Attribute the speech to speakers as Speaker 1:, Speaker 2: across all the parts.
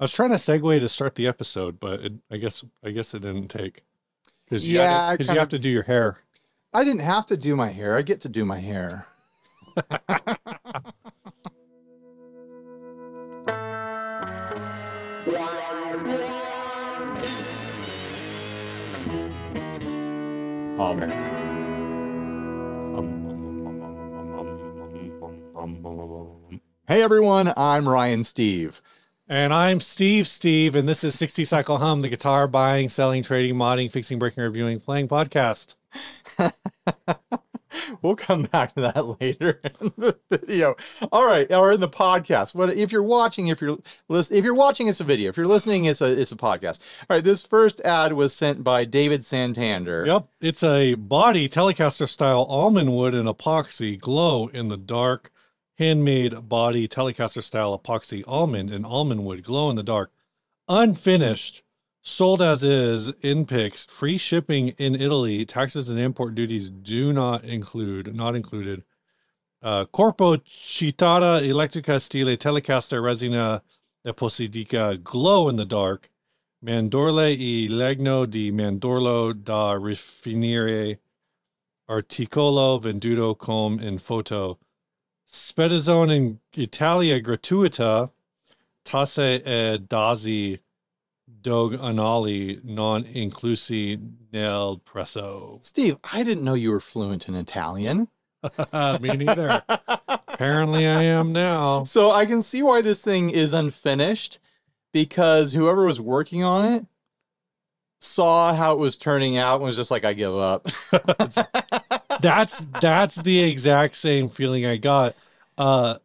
Speaker 1: I was trying to segue to start the episode, but it, I guess I guess it didn't take because
Speaker 2: Yeah, I
Speaker 1: yeah, because you
Speaker 2: kinda-
Speaker 1: have to do your hair.
Speaker 2: I didn't have to do my hair. I get to do my hair. Um, hey everyone, I'm Ryan Steve.
Speaker 1: And I'm Steve Steve, and this is 60 Cycle Hum, the guitar buying, selling, trading, modding, fixing, breaking, reviewing, playing podcast.
Speaker 2: We'll come back to that later in the video. All right, or in the podcast. But if you're watching, if you're listening, if you're watching, it's a video. If you're listening, it's a it's a podcast. All right, this first ad was sent by David Santander.
Speaker 1: Yep, it's a body Telecaster style almond wood and epoxy glow in the dark, handmade body Telecaster style epoxy almond and almond wood glow in the dark, unfinished, sold as is in picks, free shipping in Italy. Taxes and import duties do not include, not included. Uh, Corpo Citata Electrica Stile Telecaster Resina Eposidica Glow in the Dark Mandorle e legno di mandorlo da rifinire articolo venduto com in foto. Spedizione in Italia gratuita tasse e dazi dog anali non inclusi nel presso.
Speaker 2: Steve, I didn't know you were fluent in Italian.
Speaker 1: Me neither. Apparently I am now.
Speaker 2: So I can see why this thing is unfinished because whoever was working on it saw how it was turning out and was just like, I give up.
Speaker 1: that's that's the exact same feeling I got. Uh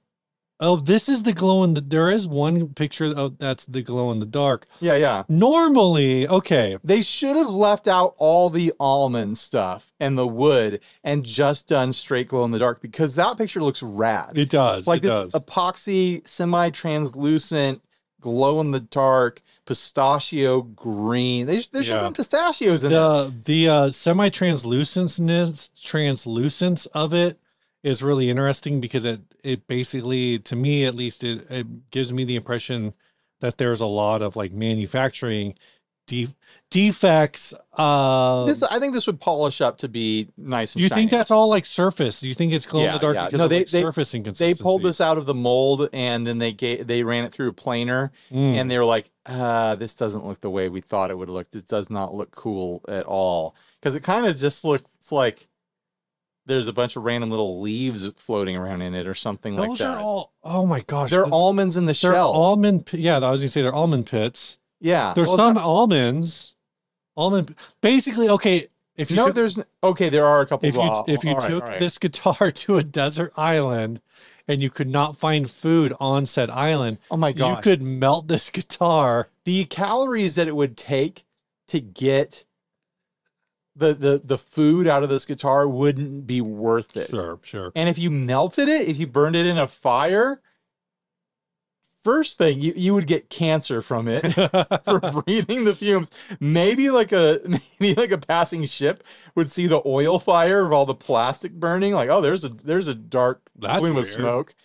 Speaker 1: oh, this is the glow in the there is one picture of that's the glow in the dark.
Speaker 2: yeah, yeah.
Speaker 1: Normally, okay.
Speaker 2: They should have left out all the almond stuff and the wood and just done straight glow in the dark because that picture looks rad.
Speaker 1: It does.
Speaker 2: it's like
Speaker 1: it
Speaker 2: this
Speaker 1: does.
Speaker 2: epoxy semi translucent glow in the dark pistachio green. They, sh- there should
Speaker 1: Yeah.
Speaker 2: have been pistachios in there.
Speaker 1: the the uh semi-translucentness translucence of it is really interesting because it it basically to me at least it, it gives me the impression that there's a lot of like manufacturing de- defects uh
Speaker 2: This, I think this would polish up to be nice and
Speaker 1: you
Speaker 2: shiny.
Speaker 1: think that's all like surface? You think it's glow in
Speaker 2: Yeah,
Speaker 1: the dark
Speaker 2: yeah.
Speaker 1: because
Speaker 2: No,
Speaker 1: of
Speaker 2: they-
Speaker 1: like
Speaker 2: they-
Speaker 1: surface
Speaker 2: they
Speaker 1: inconsistency?
Speaker 2: pulled this out of the mold and then they ga- they ran it through a planer
Speaker 1: Mm.
Speaker 2: and they were like uh this doesn't look the way we thought it would look this does not look cool at all because it kind of just looks like there's a bunch of random little leaves floating around in it or something like
Speaker 1: those
Speaker 2: that
Speaker 1: are all. Oh my gosh,
Speaker 2: they're
Speaker 1: the-
Speaker 2: almonds in the
Speaker 1: they're
Speaker 2: shell
Speaker 1: almond. pi- Yeah, I was gonna say they're almond pits.
Speaker 2: yeah
Speaker 1: There's
Speaker 2: Well,
Speaker 1: some almonds. Almond. Basically, okay. If you
Speaker 2: no
Speaker 1: took,
Speaker 2: there's n- okay there are a couple
Speaker 1: if
Speaker 2: of
Speaker 1: you
Speaker 2: al-
Speaker 1: if you
Speaker 2: all right,
Speaker 1: took
Speaker 2: all right.
Speaker 1: this guitar to a desert island, and you could not find food on said island,
Speaker 2: oh my gosh
Speaker 1: you could melt this guitar.
Speaker 2: the calories that it would take to get the the the food out of this guitar wouldn't be worth it.
Speaker 1: Sure, sure.
Speaker 2: And if you melted it, if you burned it in a fire, first thing you, you would get cancer from it for breathing the fumes. Maybe like a maybe like a passing ship would see the oil fire of all the plastic burning. Like, oh, there's a there's a dark
Speaker 1: That's
Speaker 2: plume
Speaker 1: weird.
Speaker 2: of smoke.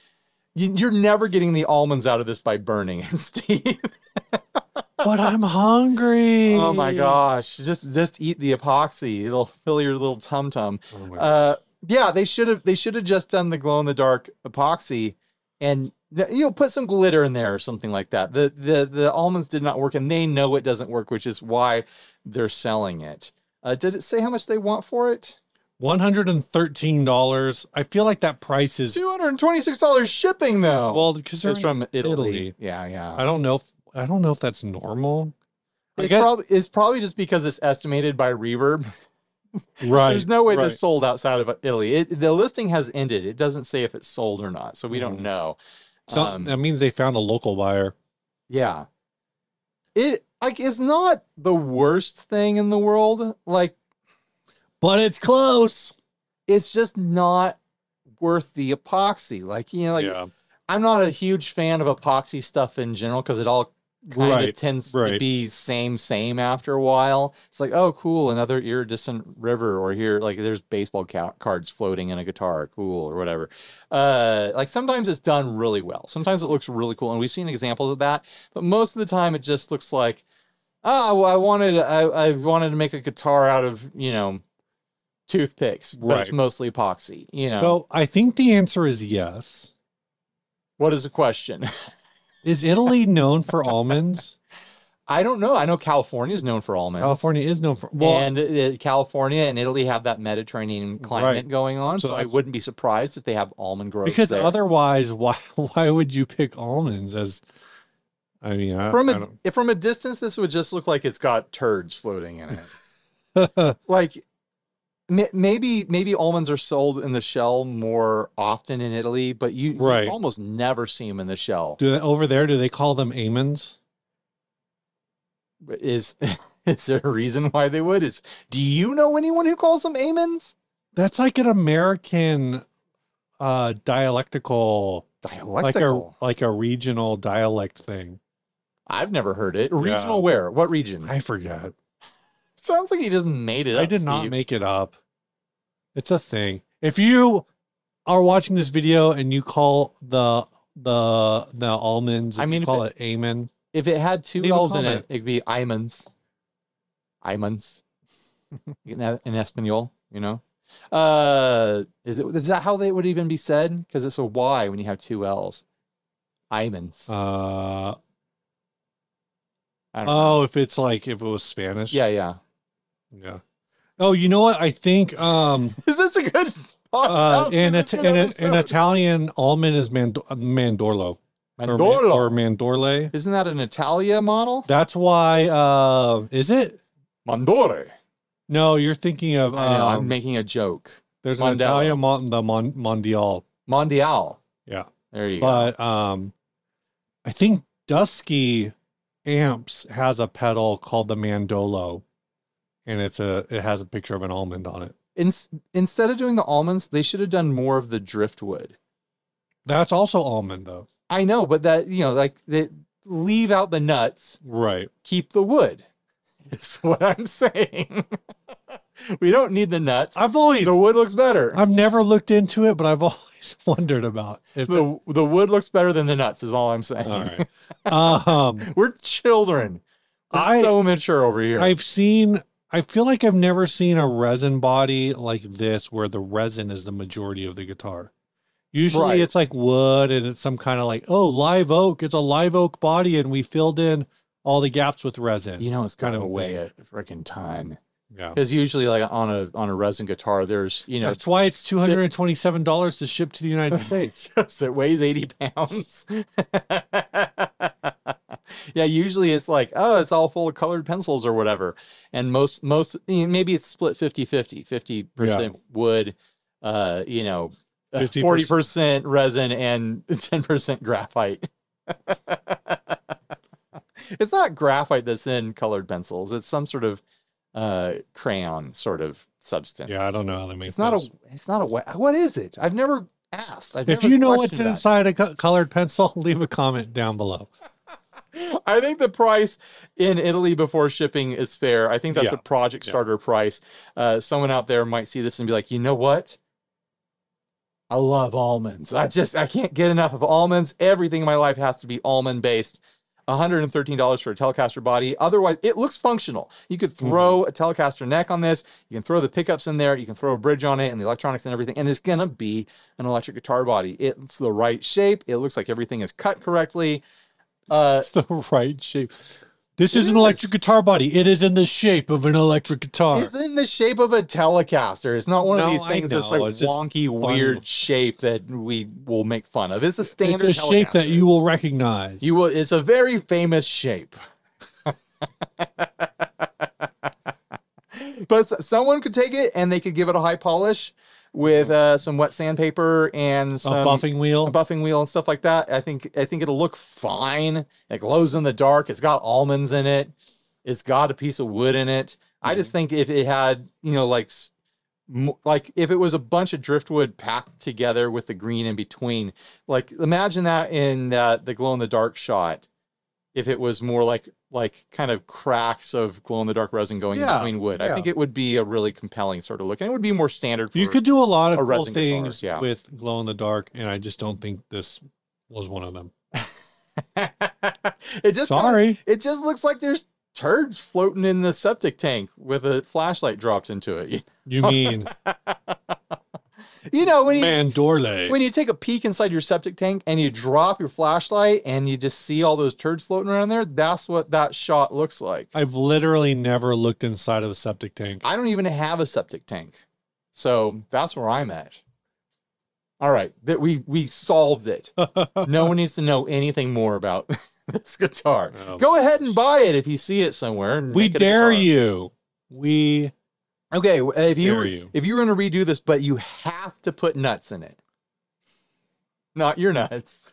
Speaker 2: You, you're never getting the almonds out of this by burning it, Steve.
Speaker 1: but I'm hungry.
Speaker 2: Oh my gosh! Just just eat the epoxy; it'll fill your little tum tum.
Speaker 1: Oh my
Speaker 2: Uh, yeah, they should have they should have just done the glow in the dark epoxy, and th- you know put some glitter in there or something like that. The the the almonds did not work, and they know it doesn't work, which is why they're selling it. Uh, did it say how much they want for it?
Speaker 1: $113. I feel like that price is
Speaker 2: Two hundred and twenty six dollars shipping though.
Speaker 1: well because
Speaker 2: it's from Italy.
Speaker 1: Italy.
Speaker 2: Yeah, yeah.
Speaker 1: I don't know if I don't know if that's normal. I
Speaker 2: It's
Speaker 1: get-
Speaker 2: probably it's probably just because it's estimated by Reverb.
Speaker 1: Right.
Speaker 2: There's no way
Speaker 1: right.
Speaker 2: this sold outside of Italy. It, the listing has ended. It doesn't say if it's sold or not, so we
Speaker 1: Mhm.
Speaker 2: don't know.
Speaker 1: It's not-
Speaker 2: um,
Speaker 1: that means they found a local buyer.
Speaker 2: Yeah, it like it's not the worst thing in the world. Like
Speaker 1: But it's close.
Speaker 2: it's just not worth the epoxy. Like you know, like
Speaker 1: yeah.
Speaker 2: I'm not a huge fan of epoxy stuff in general because it all kind
Speaker 1: Right,
Speaker 2: of tends
Speaker 1: right.
Speaker 2: to be same same after a while. It's like, oh, cool, another iridescent river, or here, like there's baseball ca- cards floating in a guitar, cool, or whatever. Uh, like sometimes it's done really well. Sometimes it looks really cool, and we've seen examples of that. But most of the time, it just looks like, oh, I wanted, I, I wanted to make a guitar out of, you know, toothpicks, but it's
Speaker 1: Right.
Speaker 2: mostly epoxy. You know,
Speaker 1: So I think the answer is yes.
Speaker 2: what is the question?
Speaker 1: Is Italy known for almonds?
Speaker 2: I don't know. I know California is known for almonds.
Speaker 1: California is known for well.
Speaker 2: and uh, California and Italy have that Mediterranean climate going on,
Speaker 1: So
Speaker 2: so, I
Speaker 1: that's-
Speaker 2: wouldn't be surprised if they have almond growth
Speaker 1: because
Speaker 2: there.
Speaker 1: otherwise, why why would you pick almonds as? I mean, I,
Speaker 2: from
Speaker 1: I
Speaker 2: a if from a distance, this would just look like it's got turds floating in it.
Speaker 1: don't-
Speaker 2: like ma- maybe maybe almonds are sold in the shell more often in Italy, but you, you
Speaker 1: Right.
Speaker 2: almost never see them in the shell.
Speaker 1: do they, over there. Do they call them almonds?
Speaker 2: Is is there a reason why they would? Is do you know anyone who calls them amens?
Speaker 1: That's like an American uh dialectical
Speaker 2: Dialectical.
Speaker 1: like a like a regional dialect thing.
Speaker 2: I've never heard it. Regional where? What region?
Speaker 1: I forgot.
Speaker 2: Sounds like he just made it up.
Speaker 1: I did not
Speaker 2: Steve.
Speaker 1: make it up. It's a thing. If you are watching this video and you call the the the almonds,
Speaker 2: I
Speaker 1: I mean,
Speaker 2: mean,
Speaker 1: you
Speaker 2: if
Speaker 1: call it amen.
Speaker 2: If it had two
Speaker 1: Leave a
Speaker 2: L's in
Speaker 1: comment.
Speaker 2: it, it'd be Imans. Imans. in, Es- in Espanol, you know? Uh, is it is that how they would even be said? Because it's a Y when you have two L's. Imans.
Speaker 1: Uh
Speaker 2: I don't know.
Speaker 1: oh, if it's like if it was Spanish,
Speaker 2: Yeah, yeah.
Speaker 1: yeah. Oh, you know what? I think um
Speaker 2: Is this a good
Speaker 1: uh,
Speaker 2: podcast?
Speaker 1: in, it,
Speaker 2: Is this
Speaker 1: in,
Speaker 2: an
Speaker 1: it- in
Speaker 2: episode?
Speaker 1: Italian, almond is mand- mandorlo. or man-
Speaker 2: Mandorlo.
Speaker 1: or mandorle.
Speaker 2: Isn't that an Italia model?
Speaker 1: That's why. Uh, is it?
Speaker 2: Mandore.
Speaker 1: No, you're thinking of. Um,
Speaker 2: I know, I'm making a joke.
Speaker 1: there's an
Speaker 2: Mondello.
Speaker 1: Italian mon- the mon- Mondial,
Speaker 2: Mondial.
Speaker 1: Yeah.
Speaker 2: There you go.
Speaker 1: but um, I think Dusky Amps has a pedal called the Mandolo, and it's a it has a picture of an almond on it.
Speaker 2: In, instead of doing the almonds, they should have done more of the driftwood.
Speaker 1: That's also almond though,
Speaker 2: I know, but that you know, like they leave out the nuts,
Speaker 1: right?
Speaker 2: keep the wood. Is what I'm saying. we don't need the nuts.
Speaker 1: I've always
Speaker 2: The wood looks better.
Speaker 1: I've never looked into it, but I've always wondered about if. it-
Speaker 2: The the wood looks better than the nuts. Is all I'm saying.
Speaker 1: all right. Um,
Speaker 2: We're children. We're
Speaker 1: I-
Speaker 2: so mature over here.
Speaker 1: I've seen. I feel like I've never seen a resin body like this where the resin is the majority of the guitar. Usually
Speaker 2: Right.
Speaker 1: it's like wood and it's some kind of like, oh, live oak. It's a live oak body and we filled in all the gaps with resin.
Speaker 2: you
Speaker 1: Yeah.
Speaker 2: know, it's
Speaker 1: kind
Speaker 2: kind of
Speaker 1: of
Speaker 2: a
Speaker 1: a
Speaker 2: way
Speaker 1: thing.
Speaker 2: a freaking ton. Because usually, like on a on a resin guitar, there's you know,
Speaker 1: That's why it's $227 to ship to the United States.
Speaker 2: Yes, it weighs 80 pounds. yeah, usually it's like, oh, it's all full of colored pencils or whatever. And most, most, you know, maybe it's split 50 50, 50% wood, uh, you know,
Speaker 1: 50%.
Speaker 2: 40 percent resin and 10% graphite. it's not graphite that's in colored pencils, it's some sort of uh, crayon sort of substance.
Speaker 1: yeah, I don't know how they make
Speaker 2: It's not a.
Speaker 1: those.
Speaker 2: It's not a. wa- What is it? I've never asked. I've
Speaker 1: If
Speaker 2: never
Speaker 1: you know what's
Speaker 2: questioned that.
Speaker 1: inside a co- colored pencil, leave a comment down below.
Speaker 2: I think the price in Italy before shipping is fair. I think that's
Speaker 1: Yeah.
Speaker 2: a project
Speaker 1: Yeah.
Speaker 2: starter price. Uh, someone out there might see this and be like, you know what? I love almonds. I just I can't get enough of almonds. Everything in my life has to be almond based. $113 for a Telecaster body. Otherwise, it looks functional. You could throw
Speaker 1: Mm-hmm.
Speaker 2: a Telecaster neck on this. You can throw the pickups in there. You can throw a bridge on it and the electronics and everything. And it's going to be an electric guitar body. It's the right shape. It looks like everything is cut correctly. Uh,
Speaker 1: It's the right shape. This
Speaker 2: It
Speaker 1: is an electric guitar body. It is in the shape of an electric guitar.
Speaker 2: It's in the shape of a Telecaster. It's not one
Speaker 1: No,
Speaker 2: of these
Speaker 1: I
Speaker 2: things that's
Speaker 1: know.
Speaker 2: like
Speaker 1: It's just
Speaker 2: wonky, weird shape that we will make fun of. It's a
Speaker 1: it's
Speaker 2: standard.
Speaker 1: a shape that
Speaker 2: Telecaster.
Speaker 1: you will recognize.
Speaker 2: you will. It's a very famous shape. but s- someone could take it and they could give it a high polish with uh, some wet sandpaper and
Speaker 1: a
Speaker 2: some
Speaker 1: buffing wheel.
Speaker 2: a buffing wheel and stuff like that. I think I think it'll look fine. It glows in the dark. It's got almonds in it. It's got a piece of wood in it. I just think if it had, you know, like s- mo- like if it was a bunch of driftwood packed together with the green in between, like imagine that in uh, the glow in the dark shot if it was more like like kind of cracks of glow in the dark resin going
Speaker 1: Yeah,
Speaker 2: between wood.
Speaker 1: yeah.
Speaker 2: I think it would be a really compelling sort of look, and it would be more standard. For,
Speaker 1: You could do a lot of
Speaker 2: a
Speaker 1: cool
Speaker 2: resin guitar,
Speaker 1: things
Speaker 2: yeah.
Speaker 1: with glow in the dark, and I just don't think this was one of them.
Speaker 2: it just kinda-
Speaker 1: Sorry.
Speaker 2: it just looks like there's turds floating in the septic tank with a flashlight dropped into it.
Speaker 1: You mean
Speaker 2: You know when you
Speaker 1: Mandorle?
Speaker 2: when you take a peek inside your septic tank and you drop your flashlight and you just see all those turds floating around there, that's what that shot looks like. I,
Speaker 1: I've literally never looked inside of a septic tank.
Speaker 2: don't even have a septic tank. So that's where I'm at. All right, that we we solved it. No one needs to know anything more about this guitar.
Speaker 1: Oh,
Speaker 2: Go ahead and
Speaker 1: gosh.
Speaker 2: buy it if you see it somewhere. and
Speaker 1: we
Speaker 2: make it a
Speaker 1: dare
Speaker 2: guitar.
Speaker 1: you. We
Speaker 2: Okay, w- if you
Speaker 1: dare
Speaker 2: were-
Speaker 1: you.
Speaker 2: if you were going to redo this, but you have to put nuts in it. Not your nuts.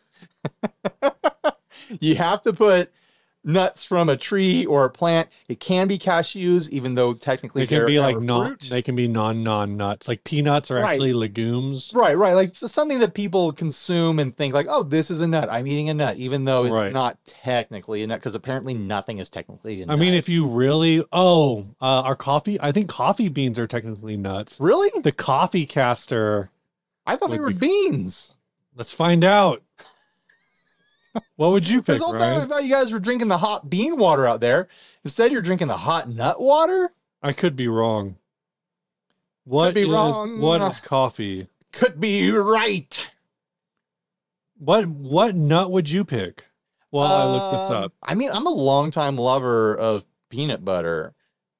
Speaker 2: you have to put nuts from a tree or a plant. It can be cashews, even though technically
Speaker 1: They can
Speaker 2: they're
Speaker 1: be
Speaker 2: our
Speaker 1: like non.
Speaker 2: fruit.
Speaker 1: They can be non non nuts. Like peanuts are
Speaker 2: Right.
Speaker 1: actually legumes.
Speaker 2: Right, right. Like so something that people consume and think like, oh, this is a nut. I'm eating a nut, even though it's
Speaker 1: Right.
Speaker 2: not technically a nut, because apparently nothing is technically a nut.
Speaker 1: I mean, if you really oh, uh, our coffee. I think coffee beans are technically nuts.
Speaker 2: really,
Speaker 1: The coffee caster.
Speaker 2: I thought they
Speaker 1: would
Speaker 2: were
Speaker 1: be-
Speaker 2: beans.
Speaker 1: Let's find out. What would you pick,
Speaker 2: Because all the time I
Speaker 1: Ryan?
Speaker 2: thought you guys were drinking the hot bean water out there. Instead, you're drinking the hot nut water.
Speaker 1: I could be wrong. What
Speaker 2: be
Speaker 1: is-
Speaker 2: wrong.
Speaker 1: what is coffee?
Speaker 2: Could be right.
Speaker 1: What what nut would you pick? While I look this
Speaker 2: Um,
Speaker 1: up,
Speaker 2: I mean, I'm a longtime lover of peanut butter.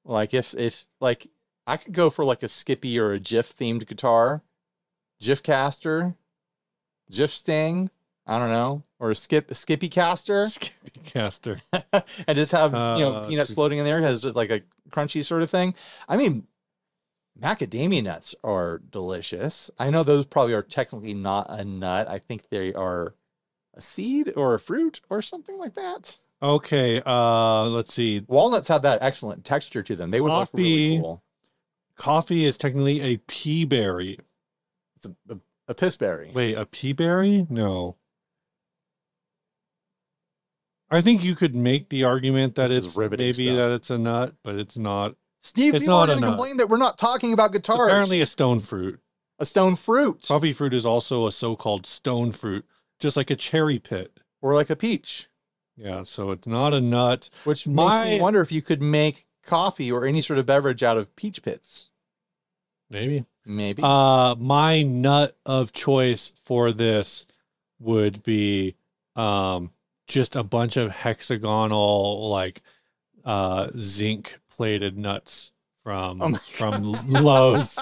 Speaker 2: Like if if like I could go for like a Skippy or a Jif themed guitar, Jif caster, Jif Sting. I don't know, or a Skip a Skippy caster,
Speaker 1: Skippy caster.
Speaker 2: and just have you know
Speaker 1: Uh,
Speaker 2: peanuts floating in there. It has like a crunchy sort of thing. I mean, macadamia nuts are delicious. I know those probably are technically not a nut. I think they are a seed or a fruit or something like that.
Speaker 1: Okay, uh, let's see.
Speaker 2: Walnuts have that excellent texture to them. They would look
Speaker 1: Coffee.
Speaker 2: really cool.
Speaker 1: Coffee is technically a pea berry.
Speaker 2: It's a, a, a pissberry.
Speaker 1: Wait, a pea berry? No. I think you could make the argument that
Speaker 2: This is
Speaker 1: it's
Speaker 2: riveting
Speaker 1: maybe
Speaker 2: stuff.
Speaker 1: that it's a nut, but it's not.
Speaker 2: Steve,
Speaker 1: it's
Speaker 2: people are
Speaker 1: not a
Speaker 2: going to
Speaker 1: nut.
Speaker 2: complain that we're not talking about
Speaker 1: It's
Speaker 2: guitars.
Speaker 1: apparently Oh. a stone fruit.
Speaker 2: a stone fruit
Speaker 1: Coffee fruit is also a so-called stone fruit, just like a cherry pit.
Speaker 2: or like a peach,
Speaker 1: Yeah, so it's not a nut.
Speaker 2: which makes
Speaker 1: My-
Speaker 2: me wonder if you could make coffee or any sort of beverage out of peach pits.
Speaker 1: Maybe.
Speaker 2: Maybe.
Speaker 1: Uh my nut of choice for this would be um just a bunch of hexagonal like uh zinc plated nuts from
Speaker 2: Oh my
Speaker 1: from Lowe's.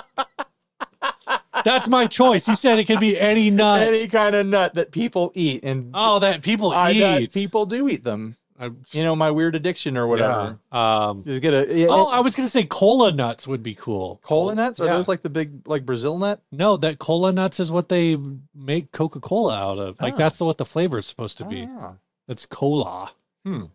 Speaker 1: That's my choice. You said it could be any nut.
Speaker 2: any kind of nut that people eat and
Speaker 1: oh, that people
Speaker 2: I bet
Speaker 1: eat.
Speaker 2: people do eat them.
Speaker 1: I-
Speaker 2: You know, my weird addiction or whatever.
Speaker 1: yeah. Um
Speaker 2: Just get a, yeah,
Speaker 1: Oh, I was gonna say cola nuts would be cool.
Speaker 2: cola nuts? Are
Speaker 1: Yeah.
Speaker 2: those like the big, like Brazil nut?
Speaker 1: No, that cola nuts is what they make Coca Cola out of. Like
Speaker 2: Ah.
Speaker 1: that's what the flavor is supposed to
Speaker 2: Oh,
Speaker 1: be.
Speaker 2: yeah.
Speaker 1: It's cola.
Speaker 2: You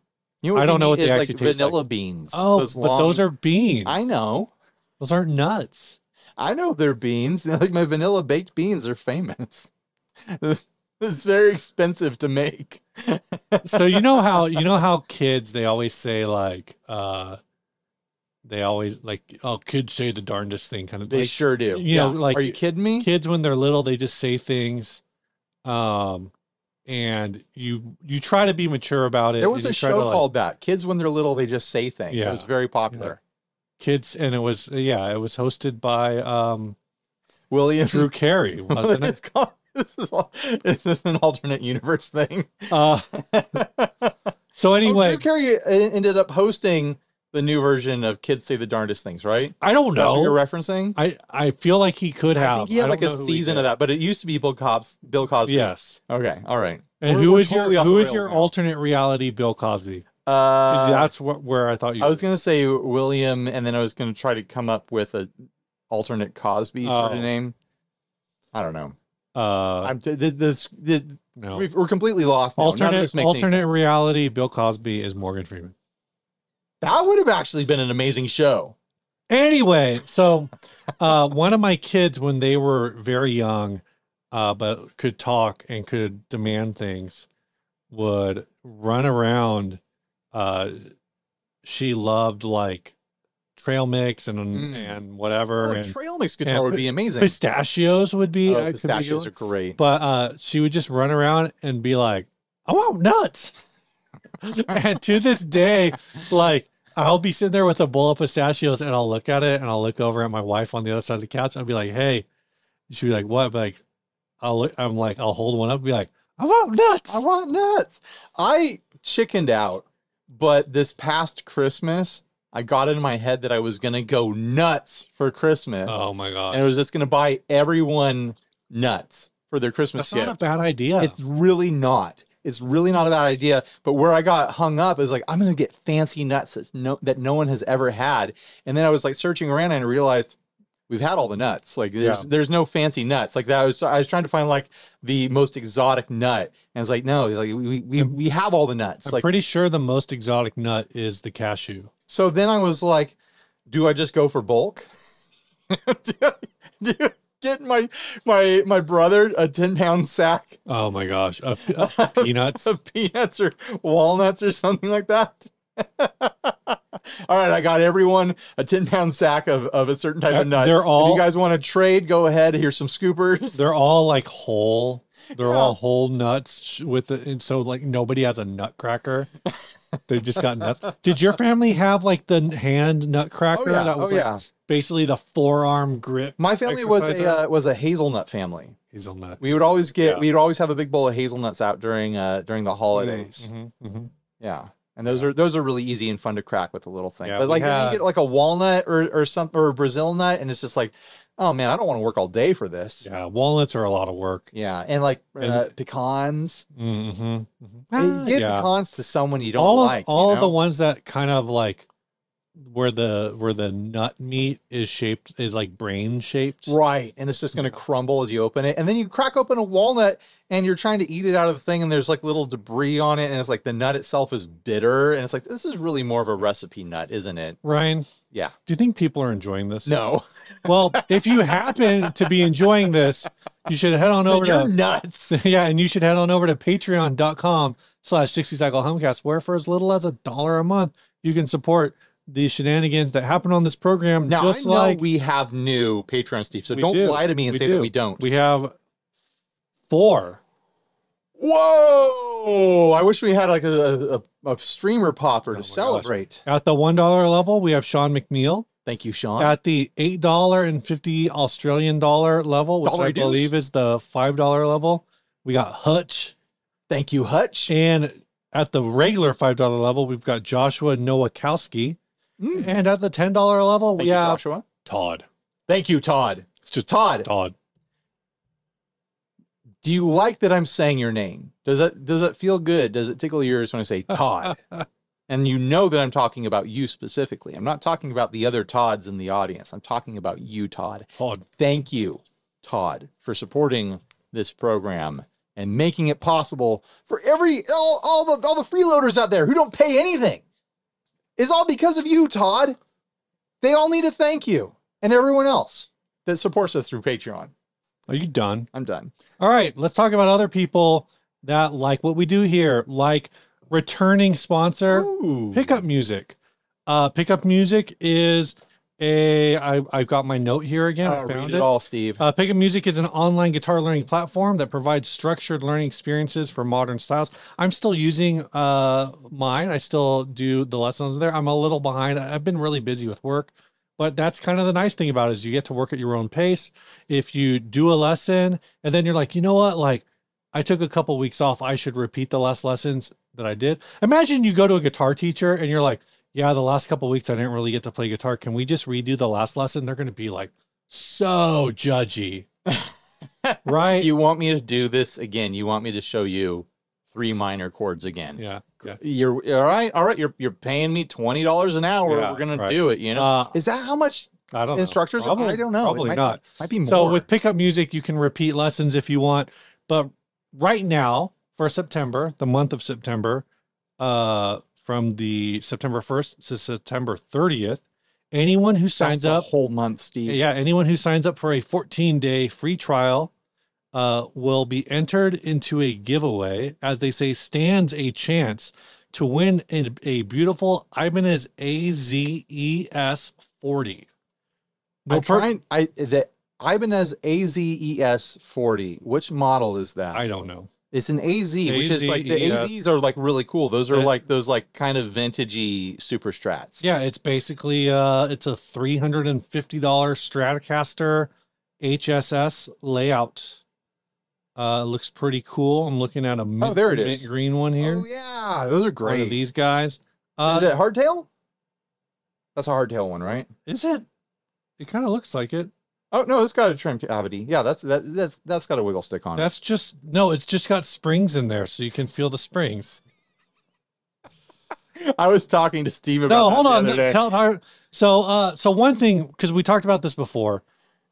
Speaker 2: know
Speaker 1: I
Speaker 2: we
Speaker 1: don't know
Speaker 2: need
Speaker 1: what they
Speaker 2: is,
Speaker 1: actually taste like.
Speaker 2: vanilla beans.
Speaker 1: Oh, but those
Speaker 2: long-
Speaker 1: are beans.
Speaker 2: I know.
Speaker 1: Those aren't nuts.
Speaker 2: I know they're beans. Like my vanilla baked beans are famous. This it's very expensive to make.
Speaker 1: So you know how you know how kids they always say like uh they always like oh kids say the darndest thing kind of
Speaker 2: They
Speaker 1: like,
Speaker 2: sure do.
Speaker 1: you know, like-
Speaker 2: are you kidding me?
Speaker 1: kids when they're little they just say things um and you you try to be mature about it.
Speaker 2: there
Speaker 1: and
Speaker 2: was
Speaker 1: you
Speaker 2: a
Speaker 1: try to,
Speaker 2: show
Speaker 1: like-
Speaker 2: called that. Kids when they're little, they just say things.
Speaker 1: Yeah.
Speaker 2: It was very popular.
Speaker 1: Kids and it was yeah, it was hosted by um
Speaker 2: William
Speaker 1: Drew Carey, wasn't it?
Speaker 2: it's called, this is all, is this an alternate universe thing?
Speaker 1: Uh, so
Speaker 2: Oh,
Speaker 1: anyway,
Speaker 2: Drew Carey en- ended up hosting the new version of Kids Say the Darndest Things, right?
Speaker 1: I don't
Speaker 2: That's what you're
Speaker 1: know.
Speaker 2: referencing?
Speaker 1: I I feel like he could have.
Speaker 2: I think he had
Speaker 1: don't
Speaker 2: like
Speaker 1: know
Speaker 2: a
Speaker 1: who he
Speaker 2: season of
Speaker 1: did.
Speaker 2: that, but it used to be Bill Cos Bill Cosby.
Speaker 1: Yes.
Speaker 2: Okay. All right.
Speaker 1: And
Speaker 2: We're-
Speaker 1: who
Speaker 2: we're
Speaker 1: is your
Speaker 2: totally off the
Speaker 1: who is
Speaker 2: rails
Speaker 1: your
Speaker 2: now.
Speaker 1: alternate reality Bill Cosby? 'Cause
Speaker 2: Uh,
Speaker 1: that's what where I thought you.
Speaker 2: I was gonna say William, and then I was gonna try to come up with a alternate Cosby sort
Speaker 1: Oh.
Speaker 2: of name. I don't know.
Speaker 1: uh,
Speaker 2: I'm th- th- this th-
Speaker 1: no.
Speaker 2: we've, we're completely lost. Now. None of
Speaker 1: alternate
Speaker 2: this makes any
Speaker 1: alternate
Speaker 2: sense.
Speaker 1: reality Bill Cosby is Morgan Freeman.
Speaker 2: That would have actually been an amazing show.
Speaker 1: Anyway, so uh, one of my kids, when they were very young, uh, but could talk and could demand things, would run around. Uh, she loved like trail mix and
Speaker 2: Mm.
Speaker 1: and whatever,
Speaker 2: Oh, a
Speaker 1: and
Speaker 2: trail mix guitar would be amazing.
Speaker 1: pistachios would be. uh,
Speaker 2: Oh,
Speaker 1: could be
Speaker 2: pistachios
Speaker 1: good.
Speaker 2: are great.
Speaker 1: but uh, she would just run around and be like, "I want nuts," and to this day, like I'll be sitting there with a bowl of pistachios and I'll look at it and I'll look over at my wife on the other side of the couch. I'll be like, "Hey," she'd be like, "What?" I'd be like, I'll look, I'm like, I'll hold one up and be like, "I want nuts."
Speaker 2: I want nuts. I chickened out, but this past Christmas, I got in my head that I was gonna go nuts for Christmas,
Speaker 1: oh my
Speaker 2: and I
Speaker 1: gosh,
Speaker 2: was just gonna buy everyone nuts for their Christmas
Speaker 1: that's
Speaker 2: gift.
Speaker 1: not a bad idea.
Speaker 2: It's really not. It's really not a bad idea. But where I got hung up is like, I'm gonna get fancy nuts that's no that no one has ever had. And then I was like searching around and I realized we've had all the nuts. Like there's there's no fancy nuts. Like that I was I was trying to find like the most exotic nut. And it's like, no, like we we,
Speaker 1: I'm-
Speaker 2: we have all the nuts.
Speaker 1: I'm
Speaker 2: Like
Speaker 1: pretty sure the most exotic nut is the cashew.
Speaker 2: so then I was like, do I just go for bulk? do, I- do I get my my my brother a 10 pound sack
Speaker 1: Oh my gosh, of, of peanuts.
Speaker 2: of peanuts or walnuts or something like that. all right, I got everyone a 10 pound sack of, of a certain type of nut.
Speaker 1: Uh, They're
Speaker 2: if
Speaker 1: all
Speaker 2: you guys want to trade, go ahead. Here's some scoopers.
Speaker 1: They're all like whole. They're
Speaker 2: Yeah.
Speaker 1: all whole nuts sh- with the, and so like nobody has a nutcracker. They've just got nuts. Did your family have like the n- hand nutcracker
Speaker 2: Oh, yeah.
Speaker 1: that was
Speaker 2: oh,
Speaker 1: like
Speaker 2: yeah.
Speaker 1: basically the forearm grip
Speaker 2: My family was a
Speaker 1: exerciser?
Speaker 2: uh, was a hazelnut family.
Speaker 1: hazelnut?
Speaker 2: We would always get
Speaker 1: Yeah.
Speaker 2: we'd always have a big bowl of hazelnuts out during uh during the holidays.
Speaker 1: Mhm, mhm.
Speaker 2: Yeah. And those are those are really easy and fun to crack with a little thing.
Speaker 1: Yeah,
Speaker 2: but
Speaker 1: we
Speaker 2: like then
Speaker 1: had-
Speaker 2: you get like a walnut or or something or a Brazil nut and it's just like, oh man, I don't want to work all day for this.
Speaker 1: Yeah, walnuts are a lot of work.
Speaker 2: Yeah, and like
Speaker 1: And-
Speaker 2: uh, pecans.
Speaker 1: Mm, mhm, mhm.
Speaker 2: I mean,
Speaker 1: Ah,
Speaker 2: you give
Speaker 1: yeah.
Speaker 2: pecans to someone you don't
Speaker 1: all of
Speaker 2: like. you
Speaker 1: all of the
Speaker 2: know?
Speaker 1: ones that kind of like where the where the nut meat is shaped is like brain shaped.
Speaker 2: right, and it's just going to crumble as you open it, and then you crack open a walnut, and you're trying to eat it out of the thing, and there's like little debris on it, and it's like the nut itself is bitter, and it's like this is really more of a recipe nut, isn't it?
Speaker 1: Ryan,
Speaker 2: Yeah.
Speaker 1: do you think people are enjoying this?
Speaker 2: No,
Speaker 1: Well, if you happen to be enjoying this, you should head on over
Speaker 2: you're
Speaker 1: to
Speaker 2: nuts.
Speaker 1: yeah, and you should head on over to patreon.com slash 60 cycle homecast, where for as little as a dollar a month, you can support the shenanigans that happen on this program.
Speaker 2: Now
Speaker 1: just
Speaker 2: I know
Speaker 1: like we,
Speaker 2: we have new Patreon Steve, so
Speaker 1: We
Speaker 2: don't
Speaker 1: do.
Speaker 2: lie to me and
Speaker 1: We
Speaker 2: say
Speaker 1: do.
Speaker 2: that we don't.
Speaker 1: have four.
Speaker 2: Whoa! I wish we had like a a, a streamer popper
Speaker 1: Oh my
Speaker 2: to
Speaker 1: gosh.
Speaker 2: celebrate.
Speaker 1: At the one dollar level, we have Sean McNeil.
Speaker 2: Thank you, Sean.
Speaker 1: At the eight dollar and fifty Australian dollar level, which
Speaker 2: Dollar
Speaker 1: I
Speaker 2: dues.
Speaker 1: believe is the five dollar level, we got Hutch.
Speaker 2: Thank you, Hutch.
Speaker 1: And at the regular five dollar level, we've got Joshua Nowakowski.
Speaker 2: Mm.
Speaker 1: And at the ten dollar level,
Speaker 2: Thank
Speaker 1: we
Speaker 2: you,
Speaker 1: have
Speaker 2: Joshua.
Speaker 1: Todd.
Speaker 2: Thank you, Todd. It's just Todd.
Speaker 1: Todd.
Speaker 2: Do you like that I'm saying your name? Does that does that feel good? Does it tickle your ears when I say Todd? and you know that I'm talking about you specifically. I'm not talking about the other Todds in the audience. I'm talking about you, Todd.
Speaker 1: Todd.
Speaker 2: Thank you, Todd, for supporting this program and making it possible for every all, all the all the freeloaders out there who don't pay anything. It's all because of you, Todd. They all need a thank you, and everyone else that supports us through Patreon.
Speaker 1: Are you done?
Speaker 2: I'm done.
Speaker 1: All right, let's talk about other people that like what we do here, like returning sponsor
Speaker 2: Ooh.
Speaker 1: Pickup Music. Uh Pickup Music is a I I've got my note here again. I found
Speaker 2: Oh, read
Speaker 1: it.
Speaker 2: it all, Steve.
Speaker 1: Uh, Pickup Music is an online guitar learning platform that provides structured learning experiences for modern styles. I'm still using uh, mine. I still do the lessons there. I'm a little behind. I- I've been really busy with work, but that's kind of the nice thing about it is you get to work at your own pace. If you do a lesson and then you're like, you know what, like I took a couple weeks off, I should repeat the last lessons that I did. Imagine you go to a guitar teacher and you're like, yeah, the last couple weeks I didn't really get to play guitar. Can we just redo the last lesson? They're going to be like so judgy, right?
Speaker 2: you want me to do this again? You want me to show you three minor chords again?
Speaker 1: yeah, yeah.
Speaker 2: You're all right. All right. You're you're paying me twenty dollars an hour.
Speaker 1: Yeah,
Speaker 2: We're gonna
Speaker 1: right.
Speaker 2: do it. You know.
Speaker 1: Uh,
Speaker 2: Is that how much
Speaker 1: I don't know.
Speaker 2: instructors?
Speaker 1: Probably-
Speaker 2: I don't know. It
Speaker 1: Probably
Speaker 2: might be-
Speaker 1: not.
Speaker 2: might be more.
Speaker 1: So with pickup music, you can repeat lessons if you want. But right now, for September, the month of September, uh, from the September 1st to September 30th, anyone who signs
Speaker 2: That's a
Speaker 1: up
Speaker 2: whole month, Steve.
Speaker 1: yeah anyone who signs up for a 14 day free trial uh, will be entered into a giveaway. As they say, stands a chance to win a, a beautiful Ibanez E AZES 40.
Speaker 2: I'm
Speaker 1: We'll per-
Speaker 2: trying. I the Ibanez AZES 40. E Which model is that?
Speaker 1: I E don't know.
Speaker 2: It's an AZ, which is like the
Speaker 1: AZES.
Speaker 2: AZs are like really cool. Those are
Speaker 1: Yeah.
Speaker 2: like those like kind of vintagey super strats.
Speaker 1: Yeah, it's basically uh it's a $350 Stratocaster HSS layout. Uh looks pretty cool. I'm looking at a mint,
Speaker 2: Oh, there it
Speaker 1: mint
Speaker 2: is.
Speaker 1: green one here.
Speaker 2: Oh yeah, those are
Speaker 1: One of
Speaker 2: great.
Speaker 1: these guys. Uh
Speaker 2: is it hardtail? That's a hardtail one, right?
Speaker 1: is it it kind of looks like it.
Speaker 2: Oh no, it's got a trim cavity. Yeah, that's that that's that's got a wiggle stick on it.
Speaker 1: That's just no, it's just got springs in there so you can feel the springs.
Speaker 2: I was talking to Steve about
Speaker 1: No,
Speaker 2: that
Speaker 1: hold
Speaker 2: the
Speaker 1: on.
Speaker 2: other day.
Speaker 1: Tell, tell- so, uh, so one thing because we talked about this before,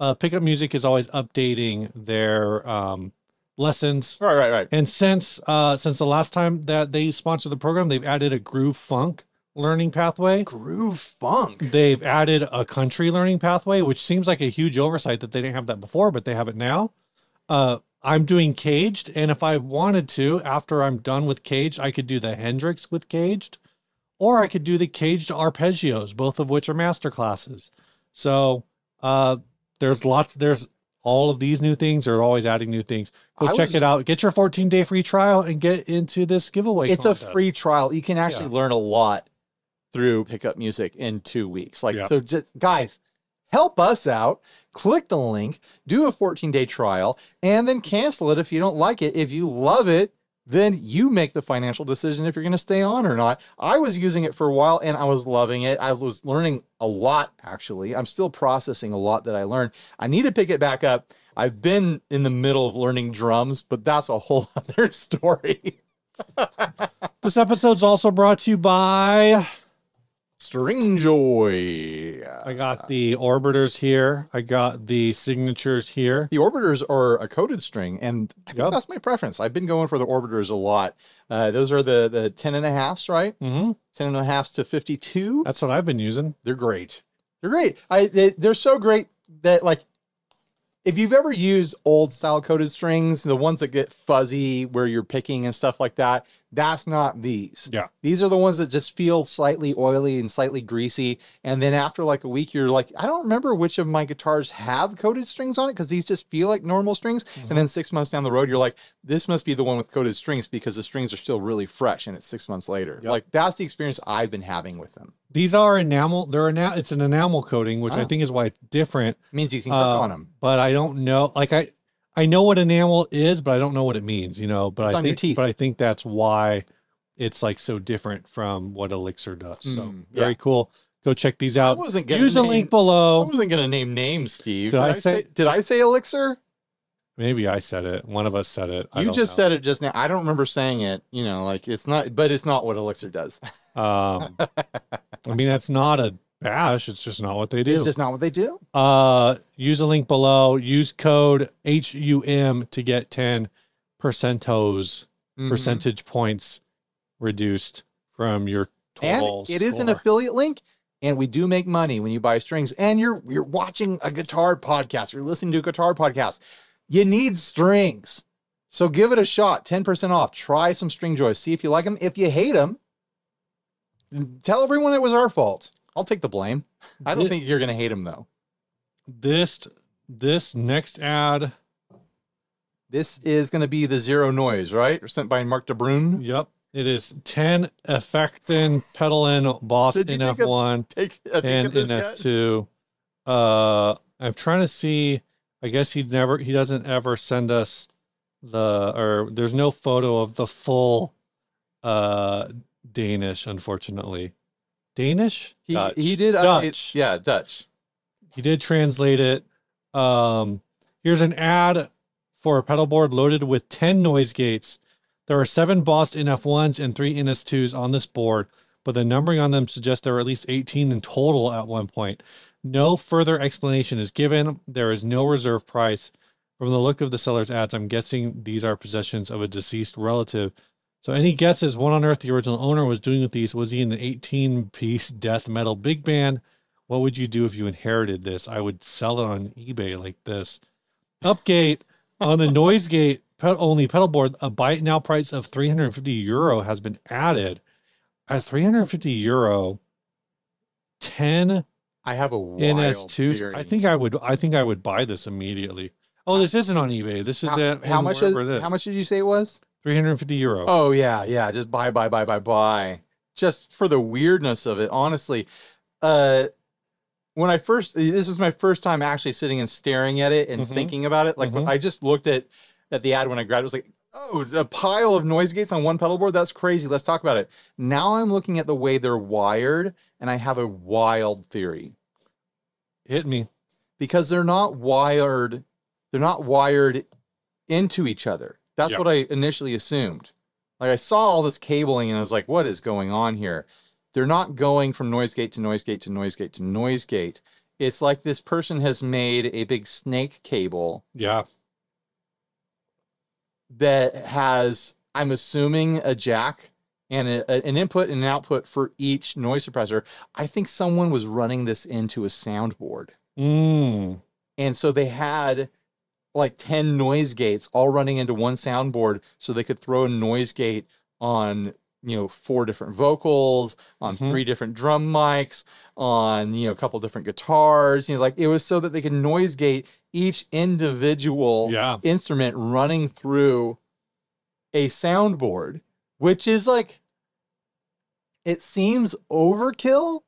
Speaker 1: uh, pickup music is always updating their um, lessons,
Speaker 2: right, right, right.
Speaker 1: and since uh, since the last time that they sponsored the program, they've added a groove funk learning pathway.
Speaker 2: Groove funk.
Speaker 1: They've added a country learning pathway, which seems like a huge oversight that they didn't have that before, but they have it now. Uh, I'm doing Caged, and if I wanted to, after I'm done with Caged, I could do the Hendrix with Caged, or I could do the Caged Arpeggios, both of which are master classes. So uh, there's lots, there's all of these new things. They're always adding new things. Go
Speaker 2: I
Speaker 1: check
Speaker 2: was-
Speaker 1: it out. Get your 14 day free trial and get into this giveaway.
Speaker 2: It's
Speaker 1: contest.
Speaker 2: a free trial. You can actually learn a lot through pickup music in two weeks. Like
Speaker 1: Yeah.
Speaker 2: so, just guys, help us out. Click the link, do a 14 day trial, and then cancel it if you don't like it. If you love it. Then you make the financial decision if you're going to stay on or not. I was using it for a while and I was loving it. I was learning a lot, actually. I'm still processing a lot that I learned. I need to pick it back up. I've been in the middle of learning drums, but that's a whole other story.
Speaker 1: This episode's also brought to you by.
Speaker 2: String Joy.
Speaker 1: I got the orbiters here. I got the signatures here.
Speaker 2: the orbiters are a coated string, and I think
Speaker 1: Yep.
Speaker 2: that's my preference. I've been going for the orbiters a lot. Uh, those are the the 10 and a halfs, right?
Speaker 1: hmm
Speaker 2: 10 and a halfs to 52.
Speaker 1: That's what I've been using.
Speaker 2: They're great. They're great. I they, they're so great that like if you've ever used old style coated strings, the ones that get fuzzy where you're picking and stuff like that, that's not these.
Speaker 1: Yeah.
Speaker 2: These are the ones that just feel slightly oily and slightly greasy. And then after like a week, you're like, I don't remember which of my guitars have coated strings on it because these just feel like normal strings.
Speaker 1: Mhm.
Speaker 2: And then six months down the road, you're like, this must be the one with coated strings because the strings are still really fresh and it's six months later.
Speaker 1: Yep.
Speaker 2: Like that's the experience I've been having with them.
Speaker 1: These are enamel. They're ena- It's an enamel coating, which I
Speaker 2: Ah.
Speaker 1: think is why it's different.
Speaker 2: means you can click
Speaker 1: Uh,
Speaker 2: on them.
Speaker 1: But I don't know. Like I, I know what enamel is, but I don't know what it means. You know. But
Speaker 2: It's
Speaker 1: I
Speaker 2: on your
Speaker 1: think.
Speaker 2: teeth.
Speaker 1: But I think that's why it's like so different from what Elixir does. So
Speaker 2: Mm, yeah.
Speaker 1: very cool. Go check these out.
Speaker 2: wasn't
Speaker 1: uh, Use the
Speaker 2: name-
Speaker 1: link
Speaker 2: I
Speaker 1: below.
Speaker 2: wasn't gonna name names, Steve.
Speaker 1: Did I say-
Speaker 2: Did I say elixir?
Speaker 1: Maybe I said it. One of us said it. I
Speaker 2: You
Speaker 1: don't
Speaker 2: just
Speaker 1: know.
Speaker 2: said it just now. I don't remember saying it. You know, like it's not, but it's not what elixir does.
Speaker 1: Um, I mean, that's not a bash. It's just not what they do.
Speaker 2: It's just not what they do.
Speaker 1: uh use a link below use code hum to get 10 percentos
Speaker 2: Mm-hmm.
Speaker 1: percentage points reduced from your total
Speaker 2: And it is an
Speaker 1: score.
Speaker 2: affiliate link, and we do make money when you buy strings. And you're you're watching a guitar podcast. You're listening to a guitar podcast. You need strings, so give it a shot. Ten percent off. Try some string joys. See if you like them. If you hate them, tell everyone it was our fault. I'll take the blame. I don't
Speaker 1: Thi-
Speaker 2: think you're gonna hate them though.
Speaker 1: this this next ad
Speaker 2: This is going to be the zero noise, right? Sent by Mark DeBrun.
Speaker 1: yep it is 10 effectin pedalin boss
Speaker 2: Did you take a
Speaker 1: nf1
Speaker 2: Take a peek
Speaker 1: and
Speaker 2: at this yet?
Speaker 1: nf2 uh i'm trying to see i guess he never he doesn't ever send us the or there's no photo of the full uh danish unfortunately danish
Speaker 2: He,
Speaker 1: Dutch.
Speaker 2: he did uh, update,
Speaker 1: Dutch.
Speaker 2: yeah, Dutch.
Speaker 1: he did translate it um here's an ad for a pedal board loaded with 10 noise gates there are seven bossed nf1s and three ns2s on this board but the numbering on them suggests there are at least 18 in total at one point no further explanation is given there is no reserve price from the look of the seller's ads i'm guessing these are possessions of a deceased relative so any guesses what on earth the original owner was doing with these was he in an 18 piece death metal big band what would you do if you inherited this? I would sell it on eBay like this. Upgate On the noise gate ped- only pedal board, a buy it now price of 350 euro has been added. At 350 euro, 10
Speaker 2: I have a wild
Speaker 1: NS2.
Speaker 2: theory.
Speaker 1: I think I would. I think I would buy this immediately. Oh, this isn't on eBay. This is
Speaker 2: how,
Speaker 1: at
Speaker 2: how much? Is,
Speaker 1: wherever it is.
Speaker 2: How much did you say it was?
Speaker 1: 350 euro.
Speaker 2: Oh yeah, yeah. Just buy, buy, buy, buy, buy. Just for the weirdness of it, honestly. Uh, when I first, this is my first time actually sitting and staring at it and
Speaker 1: Mhm.
Speaker 2: thinking about it. Like when
Speaker 1: Mhm.
Speaker 2: I just looked at at the ad when I grabbed. it, It was like, oh, it's a pile of noise gates on one pedal board. That's crazy. Let's talk about it. Now I'm looking at the way they're wired, and I have a wild theory
Speaker 1: Hit me.
Speaker 2: because they're not wired. They're not wired into each other. That's
Speaker 1: Yeah.
Speaker 2: what I initially assumed. Like I saw all this cabling and I was like, what is going on here? They're not going from noise gate to noise gate to noise gate to noise gate. It's like this person has made a big snake cable
Speaker 1: Yeah.
Speaker 2: that has, I'm assuming, a jack and a- a- an input and an output for each noise suppressor. I think someone was running this into a soundboard.
Speaker 1: Mm.
Speaker 2: And so they had like 10 noise gates all running into one soundboard so they could throw a noise gate on, you know, four different vocals, on
Speaker 1: Mhm.
Speaker 2: three different drum mics, on, you know, a couple different guitars, you know, like it was so that they could noise gate each individual
Speaker 1: Yeah.
Speaker 2: instrument running through a soundboard, which is like it seems overkill,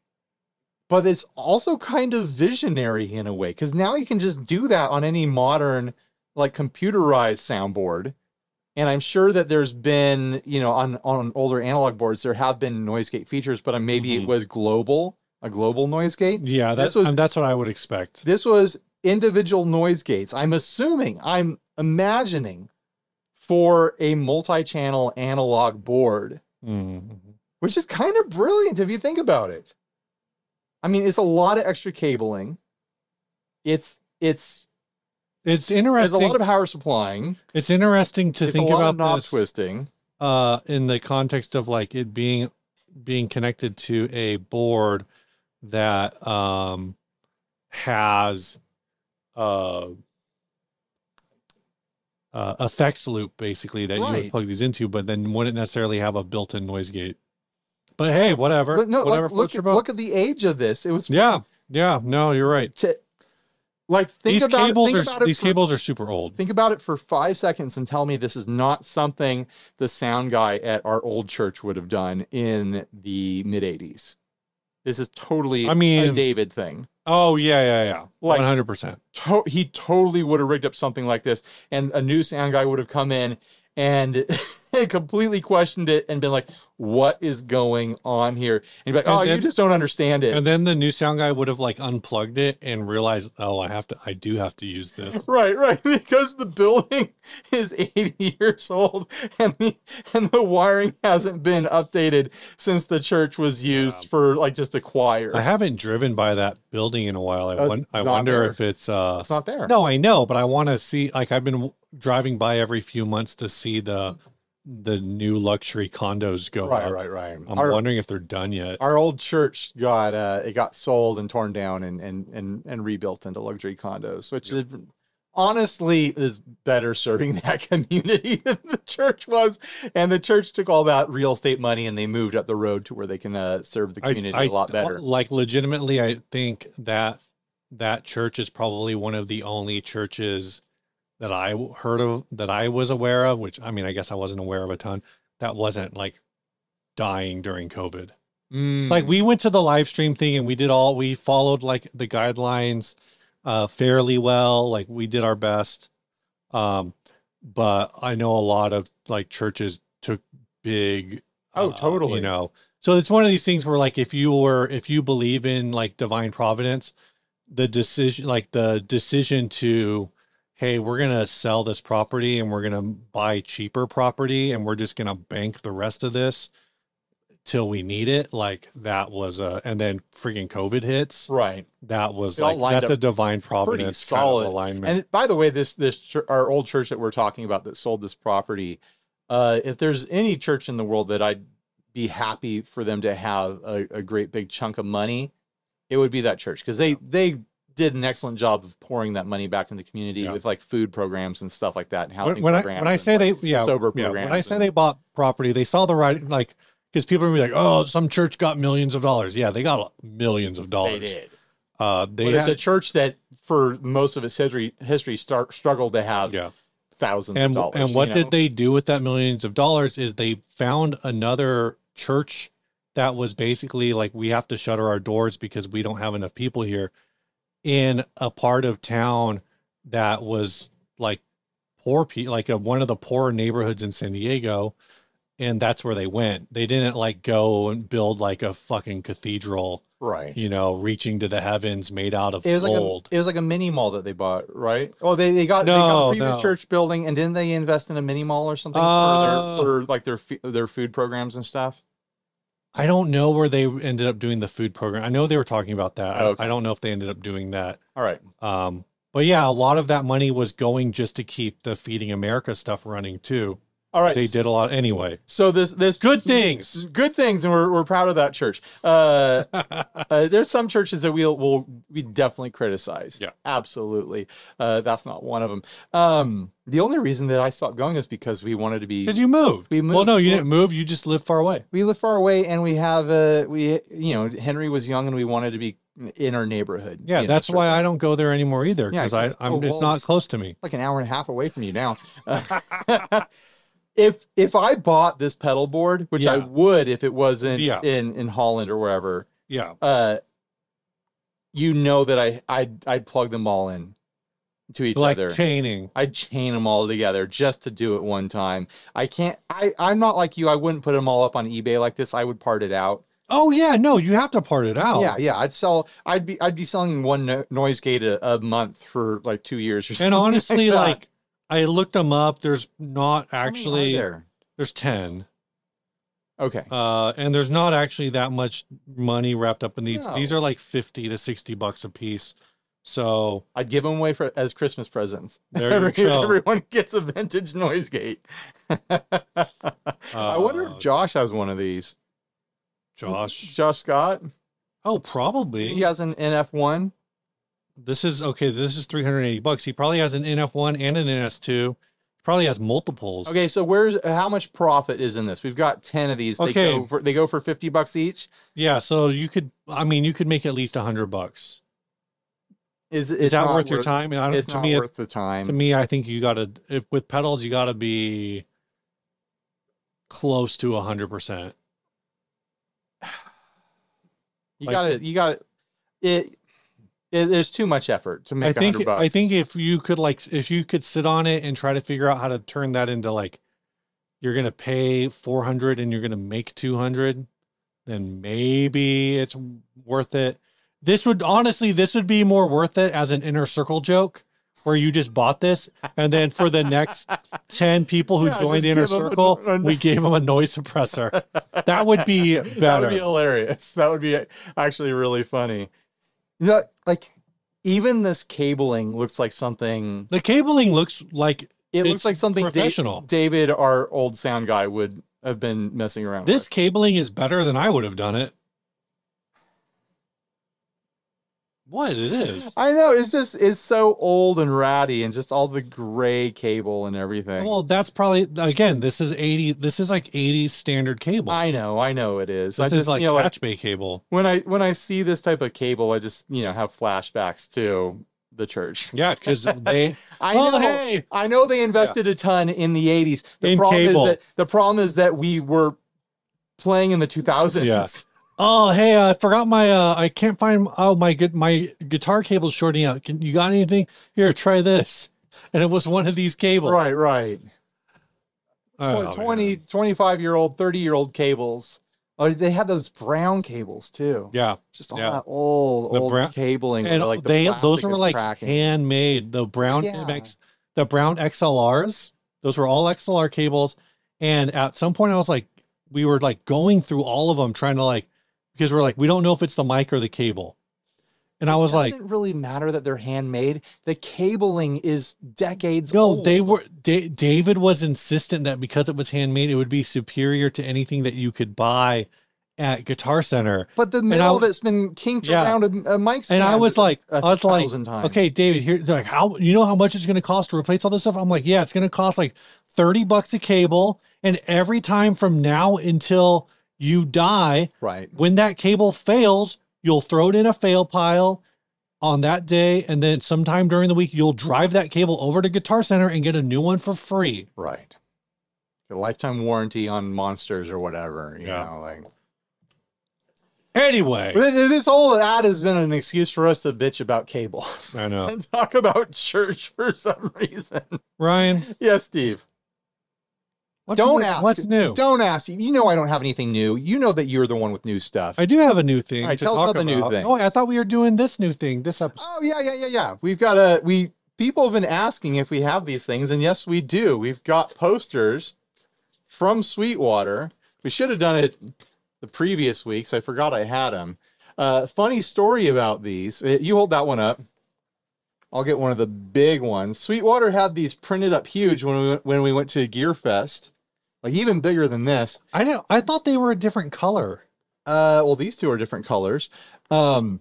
Speaker 2: but it's also kind of visionary in a way because now you can just do that on any modern, like computerized soundboard. And I'm sure that there's been, you know, on on older analog boards there have been noise gate features, but uh, maybe
Speaker 1: Mhm.
Speaker 2: it was global, a global noise gate.
Speaker 1: Yeah. That's
Speaker 2: This was-
Speaker 1: and that's what I would expect.
Speaker 2: This was individual noise gates. I'm assuming, I'm imagining for a multi channel analog board,
Speaker 1: Mm.
Speaker 2: which is kind of brilliant if you think about it. I mean, it's a lot of extra cabling. It's, it's,
Speaker 1: It's
Speaker 2: there's a
Speaker 1: interesting.
Speaker 2: lot of power supplying.
Speaker 1: it's interesting to
Speaker 2: It's a
Speaker 1: think
Speaker 2: lot of
Speaker 1: about
Speaker 2: knob
Speaker 1: this
Speaker 2: twisting.
Speaker 1: uh, in the context of like it being being connected to a board that um, has uh, uh, effects loop basically that you would
Speaker 2: Right.
Speaker 1: plug these into, but then wouldn't necessarily have a built-in noise gate. But hey, whatever,
Speaker 2: But no, like,
Speaker 1: whatever
Speaker 2: look,
Speaker 1: floats your
Speaker 2: at,
Speaker 1: boat.
Speaker 2: look at the age of this. It was
Speaker 1: yeah, yeah. No, you're right.
Speaker 2: to, like, think
Speaker 1: these
Speaker 2: about
Speaker 1: cables
Speaker 2: it, think
Speaker 1: are
Speaker 2: about it
Speaker 1: these
Speaker 2: for-
Speaker 1: cables are super old.
Speaker 2: Think about it for five seconds and tell me this is not something the sound guy at our old church would have done in the mid 80s. This is totally
Speaker 1: I mean-
Speaker 2: a David thing.
Speaker 1: Oh yeah, yeah, yeah.
Speaker 2: Like-
Speaker 1: One hundred percent.
Speaker 2: To- he totally would have rigged up something like this, and a new sound guy would have come in and completely questioned it and been like, What is going on here? And be like,
Speaker 1: And
Speaker 2: Oh,
Speaker 1: then-
Speaker 2: you just don't understand it.
Speaker 1: And then the new sound guy would have like unplugged it and realized, oh, I have to, I do have to use this.
Speaker 2: Right, right. Because the building is 80 years old and the and the wiring hasn't been updated since the church was used
Speaker 1: Yeah.
Speaker 2: for like just a choir.
Speaker 1: I haven't driven by that building in a while. I,
Speaker 2: Oh,
Speaker 1: won-
Speaker 2: it's
Speaker 1: I
Speaker 2: not
Speaker 1: wonder
Speaker 2: there.
Speaker 1: if it's. uh
Speaker 2: it's not there.
Speaker 1: No, I know, but I want to see. Like I've been w- driving by every few months to see the the new luxury condos go
Speaker 2: right,
Speaker 1: up.
Speaker 2: right, right.
Speaker 1: I'm
Speaker 2: Our,
Speaker 1: wondering if they're done yet.
Speaker 2: our old church got uh it got sold and torn down and and and, and rebuilt into luxury condos, which is honestly is better serving that community than the church was and the church took all that real estate money and they moved up the road to where they can uh, serve the
Speaker 1: I-
Speaker 2: community
Speaker 1: I
Speaker 2: a lot
Speaker 1: th-
Speaker 2: better
Speaker 1: Like legitimately, I think that that church is probably one of the only churches that I w- heard of that I was aware of. Which I mean, I guess I wasn't aware of a ton that wasn't like dying during COVID.
Speaker 2: Mm.
Speaker 1: mm, Like we went to the live stream thing and we did all we followed like the guidelines uh fairly well. Like we did our best. Um, but I know a lot of like churches took big
Speaker 2: Oh,
Speaker 1: uh,
Speaker 2: totally.
Speaker 1: You know, so it's one of these things where like if you were if you believe in like divine providence, the decision like the decision to hey, we're gonna sell this property and we're gonna buy cheaper property and we're just gonna bank the rest of this till we need it. Like that was a and then freaking COVID hits.
Speaker 2: right
Speaker 1: That was
Speaker 2: It all
Speaker 1: like
Speaker 2: lined
Speaker 1: that's a
Speaker 2: up
Speaker 1: divine providence kind of
Speaker 2: solid.
Speaker 1: alignment.
Speaker 2: And by the way, this this chur- our old church that we're talking about that sold this property. Uh, if there's any church in the world that I'd be happy for them to have a, a great big chunk of money, it would be that church because they they did an excellent job of pouring that money back into the community
Speaker 1: Yeah.
Speaker 2: with like food programs and stuff like that. And housing
Speaker 1: when, when I
Speaker 2: programs
Speaker 1: when I
Speaker 2: and,
Speaker 1: say
Speaker 2: like,
Speaker 1: they yeah,
Speaker 2: sober
Speaker 1: yeah, when I
Speaker 2: programs
Speaker 1: say
Speaker 2: and-
Speaker 1: they bought property, they saw the right like because people are gonna be like, oh, some church got millions of dollars. Yeah, they got millions of dollars.
Speaker 2: they did.
Speaker 1: Uh, they
Speaker 2: But it's a
Speaker 1: had,
Speaker 2: church that for most of its history history start, struggled to have
Speaker 1: yeah.
Speaker 2: thousands
Speaker 1: And
Speaker 2: of dollars.
Speaker 1: and
Speaker 2: you
Speaker 1: what
Speaker 2: know?
Speaker 1: did they do with that millions of dollars? Is they found another church that was basically like we have to shutter our doors because we don't have enough people here in a part of town that was like poor people like a, one of the poorer neighborhoods in San Diego and that's where they went. They didn't like go and build like a fucking cathedral,
Speaker 2: right?
Speaker 1: you know, reaching to the heavens made out of
Speaker 2: It was like
Speaker 1: gold.
Speaker 2: a, it was like a mini mall that they bought, right? Oh, they, they got they got
Speaker 1: No,
Speaker 2: a previous
Speaker 1: no.
Speaker 2: church building, and didn't they invest in a mini mall or something
Speaker 1: Uh,
Speaker 2: for, their, for like their fe- their food programs and stuff?
Speaker 1: I don't know where they ended up doing the food program. I know they were talking about that. I-
Speaker 2: Okay.
Speaker 1: I don't know if they ended up doing that.
Speaker 2: All right,
Speaker 1: Um, but yeah, a lot of that money was going just to keep the Feeding America stuff running too.
Speaker 2: all right.
Speaker 1: They did a lot anyway.
Speaker 2: So this this
Speaker 1: Good things.
Speaker 2: good things, and we're, we're proud of that church. Uh, uh, there's some churches that we'll, we'll we definitely criticize.
Speaker 1: Yeah.
Speaker 2: absolutely. Uh, that's not one of them. Um, the only reason that I stopped going is because we wanted to be
Speaker 1: Because you moved.
Speaker 2: We
Speaker 1: Well,
Speaker 2: moved.
Speaker 1: no, you
Speaker 2: Well-
Speaker 1: didn't move. You just lived far away.
Speaker 2: we live far away, and we have uh we you know Henry was young, and we wanted to be in our neighborhood.
Speaker 1: Yeah,
Speaker 2: you know,
Speaker 1: that's
Speaker 2: sort
Speaker 1: why
Speaker 2: of
Speaker 1: I don't go there anymore either.
Speaker 2: Yeah,
Speaker 1: Because
Speaker 2: 'cause-
Speaker 1: I, I'm,
Speaker 2: oh,
Speaker 1: it's
Speaker 2: well,
Speaker 1: not
Speaker 2: it's-
Speaker 1: close to me.
Speaker 2: like an hour and a half away from you now. if if I bought this pedal board, which I
Speaker 1: Yeah.
Speaker 2: would if it wasn't
Speaker 1: Yeah.
Speaker 2: in in Holland or wherever,
Speaker 1: Yeah,
Speaker 2: uh you know that I I'd I'd plug them all in to each
Speaker 1: like
Speaker 2: other.
Speaker 1: chaining.
Speaker 2: I'd chain them all together just to do it one time. I can't I I'm not like you. I wouldn't put them all up on eBay like this. I would part it out.
Speaker 1: Oh yeah, no, you have to part it out.
Speaker 2: Yeah, yeah. I'd sell I'd be I'd be selling one no- noise gate a, a month for like 2 years or something.
Speaker 1: And honestly,
Speaker 2: that.
Speaker 1: like I looked them up. There's not
Speaker 2: How many are
Speaker 1: actually.
Speaker 2: there.
Speaker 1: There's ten.
Speaker 2: Okay.
Speaker 1: uh and there's not actually that much money wrapped up in these these
Speaker 2: No.
Speaker 1: are like 50 to 60 bucks a piece so
Speaker 2: I'd give them away for as Christmas presents.
Speaker 1: There you go.
Speaker 2: Everyone gets a vintage noise gate. I wonder
Speaker 1: Uh,
Speaker 2: if Josh has one of these.
Speaker 1: josh
Speaker 2: Josh Scott.
Speaker 1: oh probably
Speaker 2: He has an NF1.
Speaker 1: this is okay this is 380 bucks he probably has an nf1 and an ns2 he probably has multiples
Speaker 2: Okay, so where's how much profit is in this? We've got 10 of these. They
Speaker 1: Okay.
Speaker 2: go for they go for 50 bucks each.
Speaker 1: yeah so you could i mean you could make at least 100 bucks
Speaker 2: Is
Speaker 1: is
Speaker 2: it's
Speaker 1: that
Speaker 2: not
Speaker 1: worth your time I don't,
Speaker 2: It's
Speaker 1: to
Speaker 2: not
Speaker 1: me
Speaker 2: worth
Speaker 1: it's,
Speaker 2: the
Speaker 1: to
Speaker 2: time.
Speaker 1: me i think you gotta if with pedals you gotta be close to 100 percent
Speaker 2: You
Speaker 1: like-
Speaker 2: got to you got it, it there's too much effort to make
Speaker 1: I think
Speaker 2: 100 bucks.
Speaker 1: I think if you could like if you could sit on it and try to figure out how to turn that into like you're gonna pay four hundred and you're gonna make two hundred, then maybe it's worth it. This would honestly this would be more worth it as an inner circle joke where you just bought this and then for the next ten people who
Speaker 2: Yeah,
Speaker 1: joined
Speaker 2: just
Speaker 1: the inner
Speaker 2: give 'em a-
Speaker 1: circle,
Speaker 2: a-
Speaker 1: we gave them a noise suppressor. That would be
Speaker 2: that would be
Speaker 1: better.
Speaker 2: hilarious. That would be actually really funny. You know, like even this cabling looks like something
Speaker 1: The cabling looks like
Speaker 2: it
Speaker 1: It's
Speaker 2: looks like something Da-
Speaker 1: professional.
Speaker 2: David, our old sound guy, would have been messing around
Speaker 1: this
Speaker 2: with.
Speaker 1: cabling is better than I would have done it. What it is?
Speaker 2: I know it's just it's so old and ratty, and just all the gray cable and everything.
Speaker 1: Well, that's probably again. This is eighty. This is like eighty standard cable.
Speaker 2: I know, I know it is.
Speaker 1: this
Speaker 2: I
Speaker 1: is
Speaker 2: just
Speaker 1: like
Speaker 2: you know, like,
Speaker 1: patch bay cable.
Speaker 2: when I when I see this type of cable, I just you know have flashbacks to the church.
Speaker 1: Yeah, because they.
Speaker 2: I
Speaker 1: oh
Speaker 2: know.
Speaker 1: hey,
Speaker 2: I know they invested a ton in the 80s. The
Speaker 1: In
Speaker 2: problem
Speaker 1: cable.
Speaker 2: is that the problem is that we were playing in the 2000s.
Speaker 1: oh hey, I forgot my. uh I can't find. Oh my good, my guitar cable's shorting out. Can you got anything? Here, try this. And it was one of these cables.
Speaker 2: Right, right.
Speaker 1: Oh,
Speaker 2: Tw-
Speaker 1: man.
Speaker 2: 20, 25 year old, 30 year old cables. Oh, they had those brown cables too.
Speaker 1: Yeah.
Speaker 2: Just all
Speaker 1: yeah.
Speaker 2: that old,
Speaker 1: The
Speaker 2: old
Speaker 1: brown-
Speaker 2: cabling.
Speaker 1: and
Speaker 2: where, like the
Speaker 1: they those
Speaker 2: plastic
Speaker 1: were
Speaker 2: is
Speaker 1: like
Speaker 2: cracking.
Speaker 1: handmade the brown
Speaker 2: Yeah.
Speaker 1: MX, the brown xlrs those were all xlr cables and at some point i was like we were like going through all of them trying to like because we're like we don't know if it's the mic or the cable and i was
Speaker 2: it
Speaker 1: like
Speaker 2: doesn't really matter that they're handmade. The cabling is decades
Speaker 1: no
Speaker 2: old.
Speaker 1: they were da- david was insistent that because it was handmade it would be superior to anything that you could buy at Guitar Center.
Speaker 2: But the middle of it's been kinked
Speaker 1: Yeah.
Speaker 2: around a, a mic stand.
Speaker 1: And I was like,
Speaker 2: a
Speaker 1: I was like,
Speaker 2: thousand times.
Speaker 1: okay, David, here, they're like, how, you know how much it's going to cost to replace all this stuff? I'm like, yeah, it's going to cost like 30 bucks a cable. And every time from now until you die,
Speaker 2: right.
Speaker 1: when that cable fails, you'll throw it in a fail pile on that day. And then sometime during the week, you'll drive that cable over to Guitar Center and get a new one for free.
Speaker 2: Right. A lifetime warranty on monsters or whatever. You
Speaker 1: Yeah.
Speaker 2: know, like
Speaker 1: Anyway,
Speaker 2: But th- this whole ad has been an excuse for us to bitch about cables
Speaker 1: I know.
Speaker 2: and talk about church for some reason.
Speaker 1: Ryan,
Speaker 2: yes, Steve.
Speaker 1: what's
Speaker 2: Don't
Speaker 1: new-
Speaker 2: ask.
Speaker 1: What's new?
Speaker 2: Don't ask. You know I don't have anything new. You know that you're the one with new stuff.
Speaker 1: I do have a new thing.
Speaker 2: All right,
Speaker 1: to
Speaker 2: tell us
Speaker 1: talk
Speaker 2: about the new
Speaker 1: about.
Speaker 2: thing.
Speaker 1: Oh, I thought we were doing this new thing this episode.
Speaker 2: oh yeah, yeah, yeah, yeah. We've got a we people have been asking if we have these things, and yes, we do. We've got posters from Sweetwater. We should have done it the previous weeks. I forgot I had them. Uh, funny story about these. Uh, You hold that one up. I'll get one of the big ones. Sweetwater had these printed up huge when we went- when we went to Gear Fest, like even bigger than this.
Speaker 1: I know. I thought they were a different color.
Speaker 2: Uh, well, these two are different colors. Um,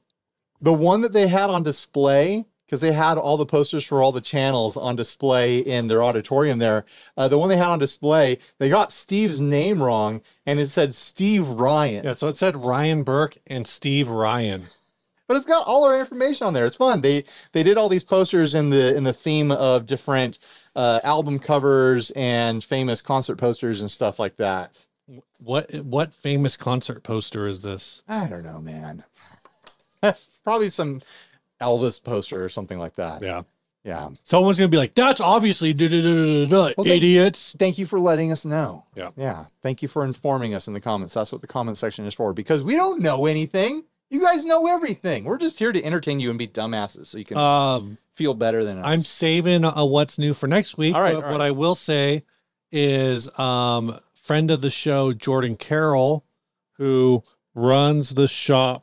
Speaker 2: the one that they had on display, because they had all the posters for all the channels on display in their auditorium there. Uh, the one they had on display, they got Steve's name wrong and it said Steve Ryan.
Speaker 1: Yeah, so it said Ryan Burke and Steve Ryan.
Speaker 2: But it's got all our information on there. It's fun. They they did all these posters in the in the theme of different uh, album covers and famous concert posters and stuff like that.
Speaker 1: What what famous concert poster is this?
Speaker 2: I don't know, man. Probably some Elvis poster or something like that.
Speaker 1: Yeah.
Speaker 2: Yeah.
Speaker 1: Someone's gonna be like, that's obviously duh, duh, duh, duh, duh, duh,
Speaker 2: Well, they-
Speaker 1: idiots.
Speaker 2: Thank you for letting us know.
Speaker 1: Yeah.
Speaker 2: Yeah. Thank you for informing us in the comments. That's what the comment section is for because we don't know anything. You guys know everything. We're just here to entertain you and be dumbasses so you can
Speaker 1: Um
Speaker 2: feel better than us.
Speaker 1: I'm saving a what's new for next week.
Speaker 2: All right,
Speaker 1: but
Speaker 2: all
Speaker 1: What
Speaker 2: right.
Speaker 1: I will say is um friend of the show, Jordan Carroll, who runs the shop.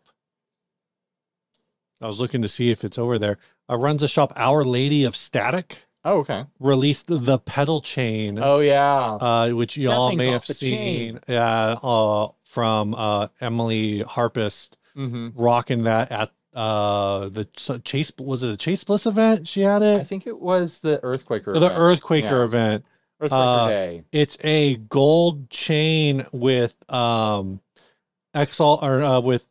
Speaker 1: I was looking to see if it's over there. Uh, runs a shop, Our Lady of Static,
Speaker 2: Oh, okay.
Speaker 1: released the pedal chain.
Speaker 2: Oh, yeah.
Speaker 1: uh, which you
Speaker 2: That
Speaker 1: all
Speaker 2: thing's
Speaker 1: may have
Speaker 2: off the chain.
Speaker 1: seen uh, uh, from uh, Emily Harpist
Speaker 2: hmm
Speaker 1: rocking that at uh, the so- Chase. Was it a Chase Bliss event? She had
Speaker 2: I
Speaker 1: it.
Speaker 2: think it was the Earthquaker.
Speaker 1: the
Speaker 2: event.
Speaker 1: Earthquaker
Speaker 2: Yeah.
Speaker 1: event.
Speaker 2: Earthquaker
Speaker 1: uh,
Speaker 2: Day.
Speaker 1: It's a gold chain with um, XL or uh, with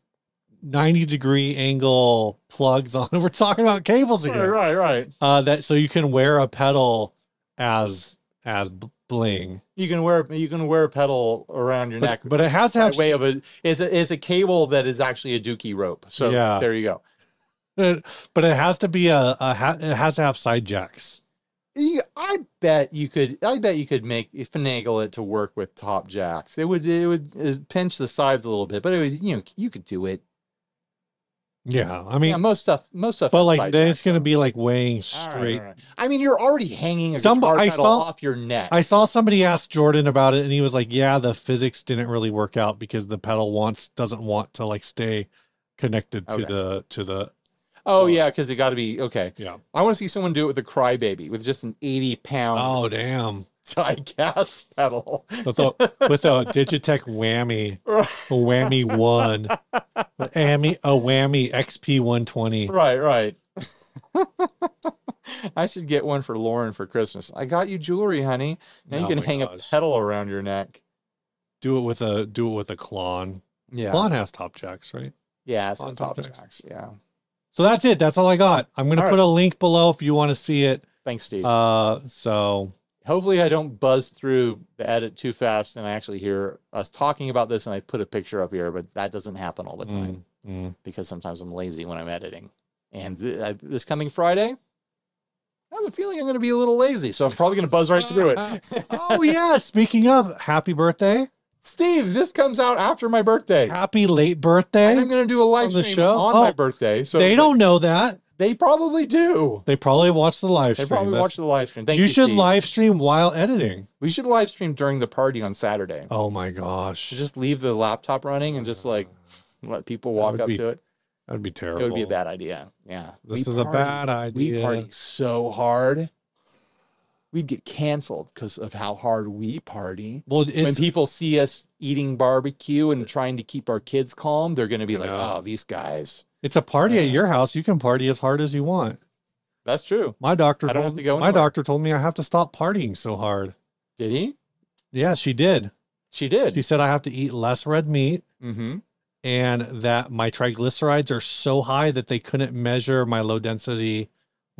Speaker 1: ninety degree angle plugs on. We're talking about cables
Speaker 2: Right,
Speaker 1: here.
Speaker 2: right, right.
Speaker 1: Uh, that so you can wear a pedal as as b- bling,
Speaker 2: You can wear you can wear a pedal around your
Speaker 1: but,
Speaker 2: neck
Speaker 1: but it has to
Speaker 2: by
Speaker 1: have
Speaker 2: way of a is a is a cable that is actually a dookie rope. So
Speaker 1: Yeah.
Speaker 2: there you go.
Speaker 1: But but it has to be a, a ha- it has to have side jacks.
Speaker 2: You, I bet you could. I bet you could make finagle it to work with top jacks. It would. It would uh, pinch the sides a little bit, but it would. You know, you could do it.
Speaker 1: Yeah, I
Speaker 2: I mean,
Speaker 1: mean,
Speaker 2: yeah, most stuff. Most stuff.
Speaker 1: but
Speaker 2: has
Speaker 1: like
Speaker 2: side
Speaker 1: then it's
Speaker 2: jacks,
Speaker 1: gonna
Speaker 2: so-
Speaker 1: be like weighing
Speaker 2: All right,
Speaker 1: straight.
Speaker 2: all right. I mean, you're already hanging a
Speaker 1: Some-
Speaker 2: guitar
Speaker 1: I
Speaker 2: pedal
Speaker 1: saw-
Speaker 2: off your neck.
Speaker 1: I saw somebody ask Jordan about it, and he was like, "Yeah, the physics didn't really work out because the pedal wants doesn't want to like stay connected to
Speaker 2: Okay.
Speaker 1: the to the
Speaker 2: oh yeah, because it got to be okay.
Speaker 1: yeah."
Speaker 2: I want to see someone do it with a crybaby with just an 80 pound
Speaker 1: Oh damn!
Speaker 2: diecast pedal.
Speaker 1: With a with a Digitech whammy,
Speaker 2: right,
Speaker 1: a whammy one, a whammy a whammy XP one twenty.
Speaker 2: right. I should get one for Lauren for Christmas. I got you jewelry, honey. Now you can hang a pedal around your neck.
Speaker 1: Do it with a do it with a Klon.
Speaker 2: Yeah.
Speaker 1: Klon has top jacks, right?
Speaker 2: Yeah, it's
Speaker 1: on
Speaker 2: on top
Speaker 1: top decks.
Speaker 2: jacks. Yeah.
Speaker 1: So that's it. That's all I got. I'm gonna
Speaker 2: All
Speaker 1: put a link below if you want to see it.
Speaker 2: Thanks, Steve.
Speaker 1: Uh, so
Speaker 2: Hopefully, I don't buzz through the edit too fast and I actually hear us talking about this and I put a picture up here, but that doesn't happen all the time
Speaker 1: mm, mm.
Speaker 2: because sometimes I'm lazy when I'm editing. And th- I, this coming Friday, I have a feeling I'm going to be a little lazy. So I'm probably going to buzz right through it.
Speaker 1: oh yeah. Speaking of, happy birthday!
Speaker 2: Steve, this comes out after my birthday.
Speaker 1: Happy late
Speaker 2: And I'm
Speaker 1: birthday.
Speaker 2: going to do a live
Speaker 1: On the
Speaker 2: stream
Speaker 1: show?
Speaker 2: on my
Speaker 1: Oh,
Speaker 2: birthday. So
Speaker 1: They don't know that.
Speaker 2: They probably do.
Speaker 1: They probably watch the live
Speaker 2: They
Speaker 1: stream.
Speaker 2: probably
Speaker 1: That's-
Speaker 2: watch the live stream. Thank
Speaker 1: you,
Speaker 2: you.
Speaker 1: should
Speaker 2: Steve.
Speaker 1: live stream while editing.
Speaker 2: We should live stream during the party on Saturday.
Speaker 1: Oh my gosh,
Speaker 2: Should just leave the laptop running and just like let people
Speaker 1: That
Speaker 2: walk
Speaker 1: would
Speaker 2: up
Speaker 1: be
Speaker 2: to it.
Speaker 1: that'd be
Speaker 2: It
Speaker 1: terrible.
Speaker 2: would be a bad idea. Yeah.
Speaker 1: This
Speaker 2: We
Speaker 1: is a
Speaker 2: party-
Speaker 1: bad
Speaker 2: We
Speaker 1: idea.
Speaker 2: party so hard. we'd get canceled because of how hard we party.
Speaker 1: Well,
Speaker 2: when
Speaker 1: it's
Speaker 2: people see us eating barbecue and trying to keep our kids calm, they're going to be like,
Speaker 1: Yeah.
Speaker 2: "Oh, these guys."
Speaker 1: it's a party at
Speaker 2: Yeah.
Speaker 1: your house. You can party as hard as you want.
Speaker 2: That's true.
Speaker 1: My doctor
Speaker 2: I don't have
Speaker 1: told
Speaker 2: to go
Speaker 1: my
Speaker 2: anywhere.
Speaker 1: doctor told me I have to stop partying so hard.
Speaker 2: Did he?
Speaker 1: Yeah, she did.
Speaker 2: She did.
Speaker 1: She said I have to eat less red meat
Speaker 2: mm-hmm.
Speaker 1: and that my triglycerides are so high that they couldn't measure my low density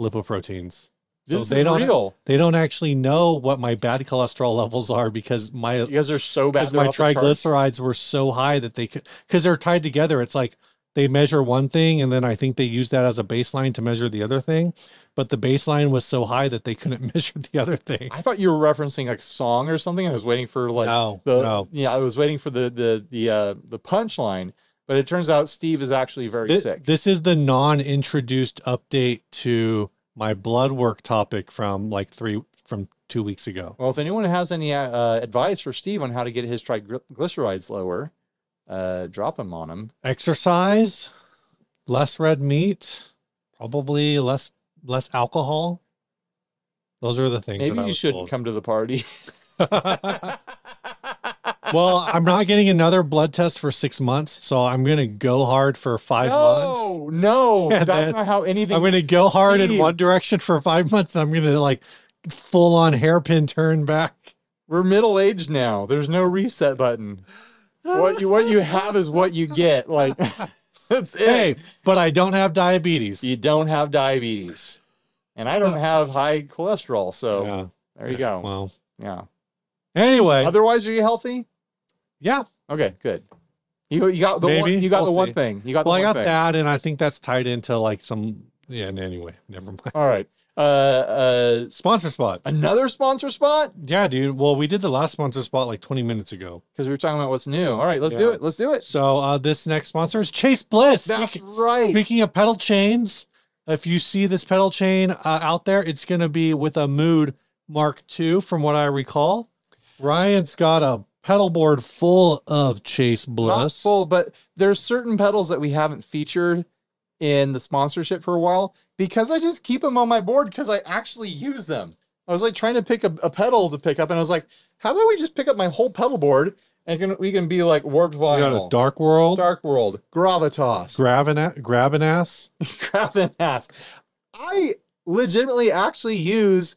Speaker 1: lipoproteins. So
Speaker 2: This
Speaker 1: they
Speaker 2: is
Speaker 1: don't-
Speaker 2: real.
Speaker 1: They don't actually know what my bad cholesterol levels are because my
Speaker 2: You guys are so bad.
Speaker 1: because my
Speaker 2: they're off the charts.
Speaker 1: triglycerides were so high that they could because they're tied together. It's like they measure one thing and then I think they use that as a baseline to measure the other thing, but the baseline was so high that they couldn't measure the other thing.
Speaker 2: I thought you were referencing like a song or something. I was waiting for like
Speaker 1: no,
Speaker 2: the
Speaker 1: no.
Speaker 2: yeah. I was waiting for the the the uh, the punchline, but it turns out Steve is actually very
Speaker 1: Thi-
Speaker 2: sick.
Speaker 1: This is the non-introduced update to my blood work topic from like three from two weeks ago.
Speaker 2: Well, if anyone has any uh, uh, advice for Steve on how to get his triglycerides lower, uh, drop him on him.
Speaker 1: Exercise, less red meat, probably less less alcohol. Those are the things. that
Speaker 2: Maybe
Speaker 1: I
Speaker 2: you
Speaker 1: was
Speaker 2: shouldn't
Speaker 1: told.
Speaker 2: come to the party.
Speaker 1: well, I'm not getting another blood test for six months, so I'm gonna go hard for five months.
Speaker 2: no, no,
Speaker 1: Yeah,
Speaker 2: that's
Speaker 1: that-
Speaker 2: not how anything.
Speaker 1: I'm gonna go hard in
Speaker 2: Steve.
Speaker 1: one direction for five months, and I'm gonna like full on hairpin turn back.
Speaker 2: We're middle aged now. There's no reset button. What you what you have is what you get. Like that's it.
Speaker 1: hey, but I don't have diabetes.
Speaker 2: You don't have diabetes, and I don't have high cholesterol. So
Speaker 1: Yeah,
Speaker 2: there you go.
Speaker 1: Well,
Speaker 2: yeah.
Speaker 1: anyway,
Speaker 2: Otherwise, are you healthy?
Speaker 1: yeah.
Speaker 2: Okay, good. You you got the
Speaker 1: Maybe.
Speaker 2: one you got
Speaker 1: We'll
Speaker 2: the one
Speaker 1: see.
Speaker 2: thing. You got
Speaker 1: Well,
Speaker 2: the
Speaker 1: I
Speaker 2: one
Speaker 1: got
Speaker 2: thing.
Speaker 1: that, and I think that's tied into like some. Yeah. and Anyway, never mind.
Speaker 2: All right. Uh uh
Speaker 1: Sponsor spot.
Speaker 2: another sponsor spot
Speaker 1: Yeah, dude. Well, we did the last sponsor spot like 20 minutes ago.
Speaker 2: because we were talking about what's new. All right, let's do
Speaker 1: Yeah.
Speaker 2: it. Let's do it.
Speaker 1: So uh, this next sponsor is Chase Bliss.
Speaker 2: That's
Speaker 1: Speak-
Speaker 2: right.
Speaker 1: Speaking of pedal chains, if you see this pedal chain uh, out there, it's going to be with a Mood Mark II, from what I recall. Ryan's got a pedal board full of Chase
Speaker 2: Not
Speaker 1: Bliss.
Speaker 2: full, but there's certain pedals that we haven't featured in the sponsorship for a while because I just keep them on my board because I actually use them. I was like trying to pick a, a pedal to pick up, and I was like, how about we just pick up my whole pedal board and can, we can be like warped
Speaker 1: We got a
Speaker 2: vinyl,
Speaker 1: Dark World,
Speaker 2: dark world, gravitas,
Speaker 1: Gravina- Grabinass.
Speaker 2: crap and ass. I legitimately actually use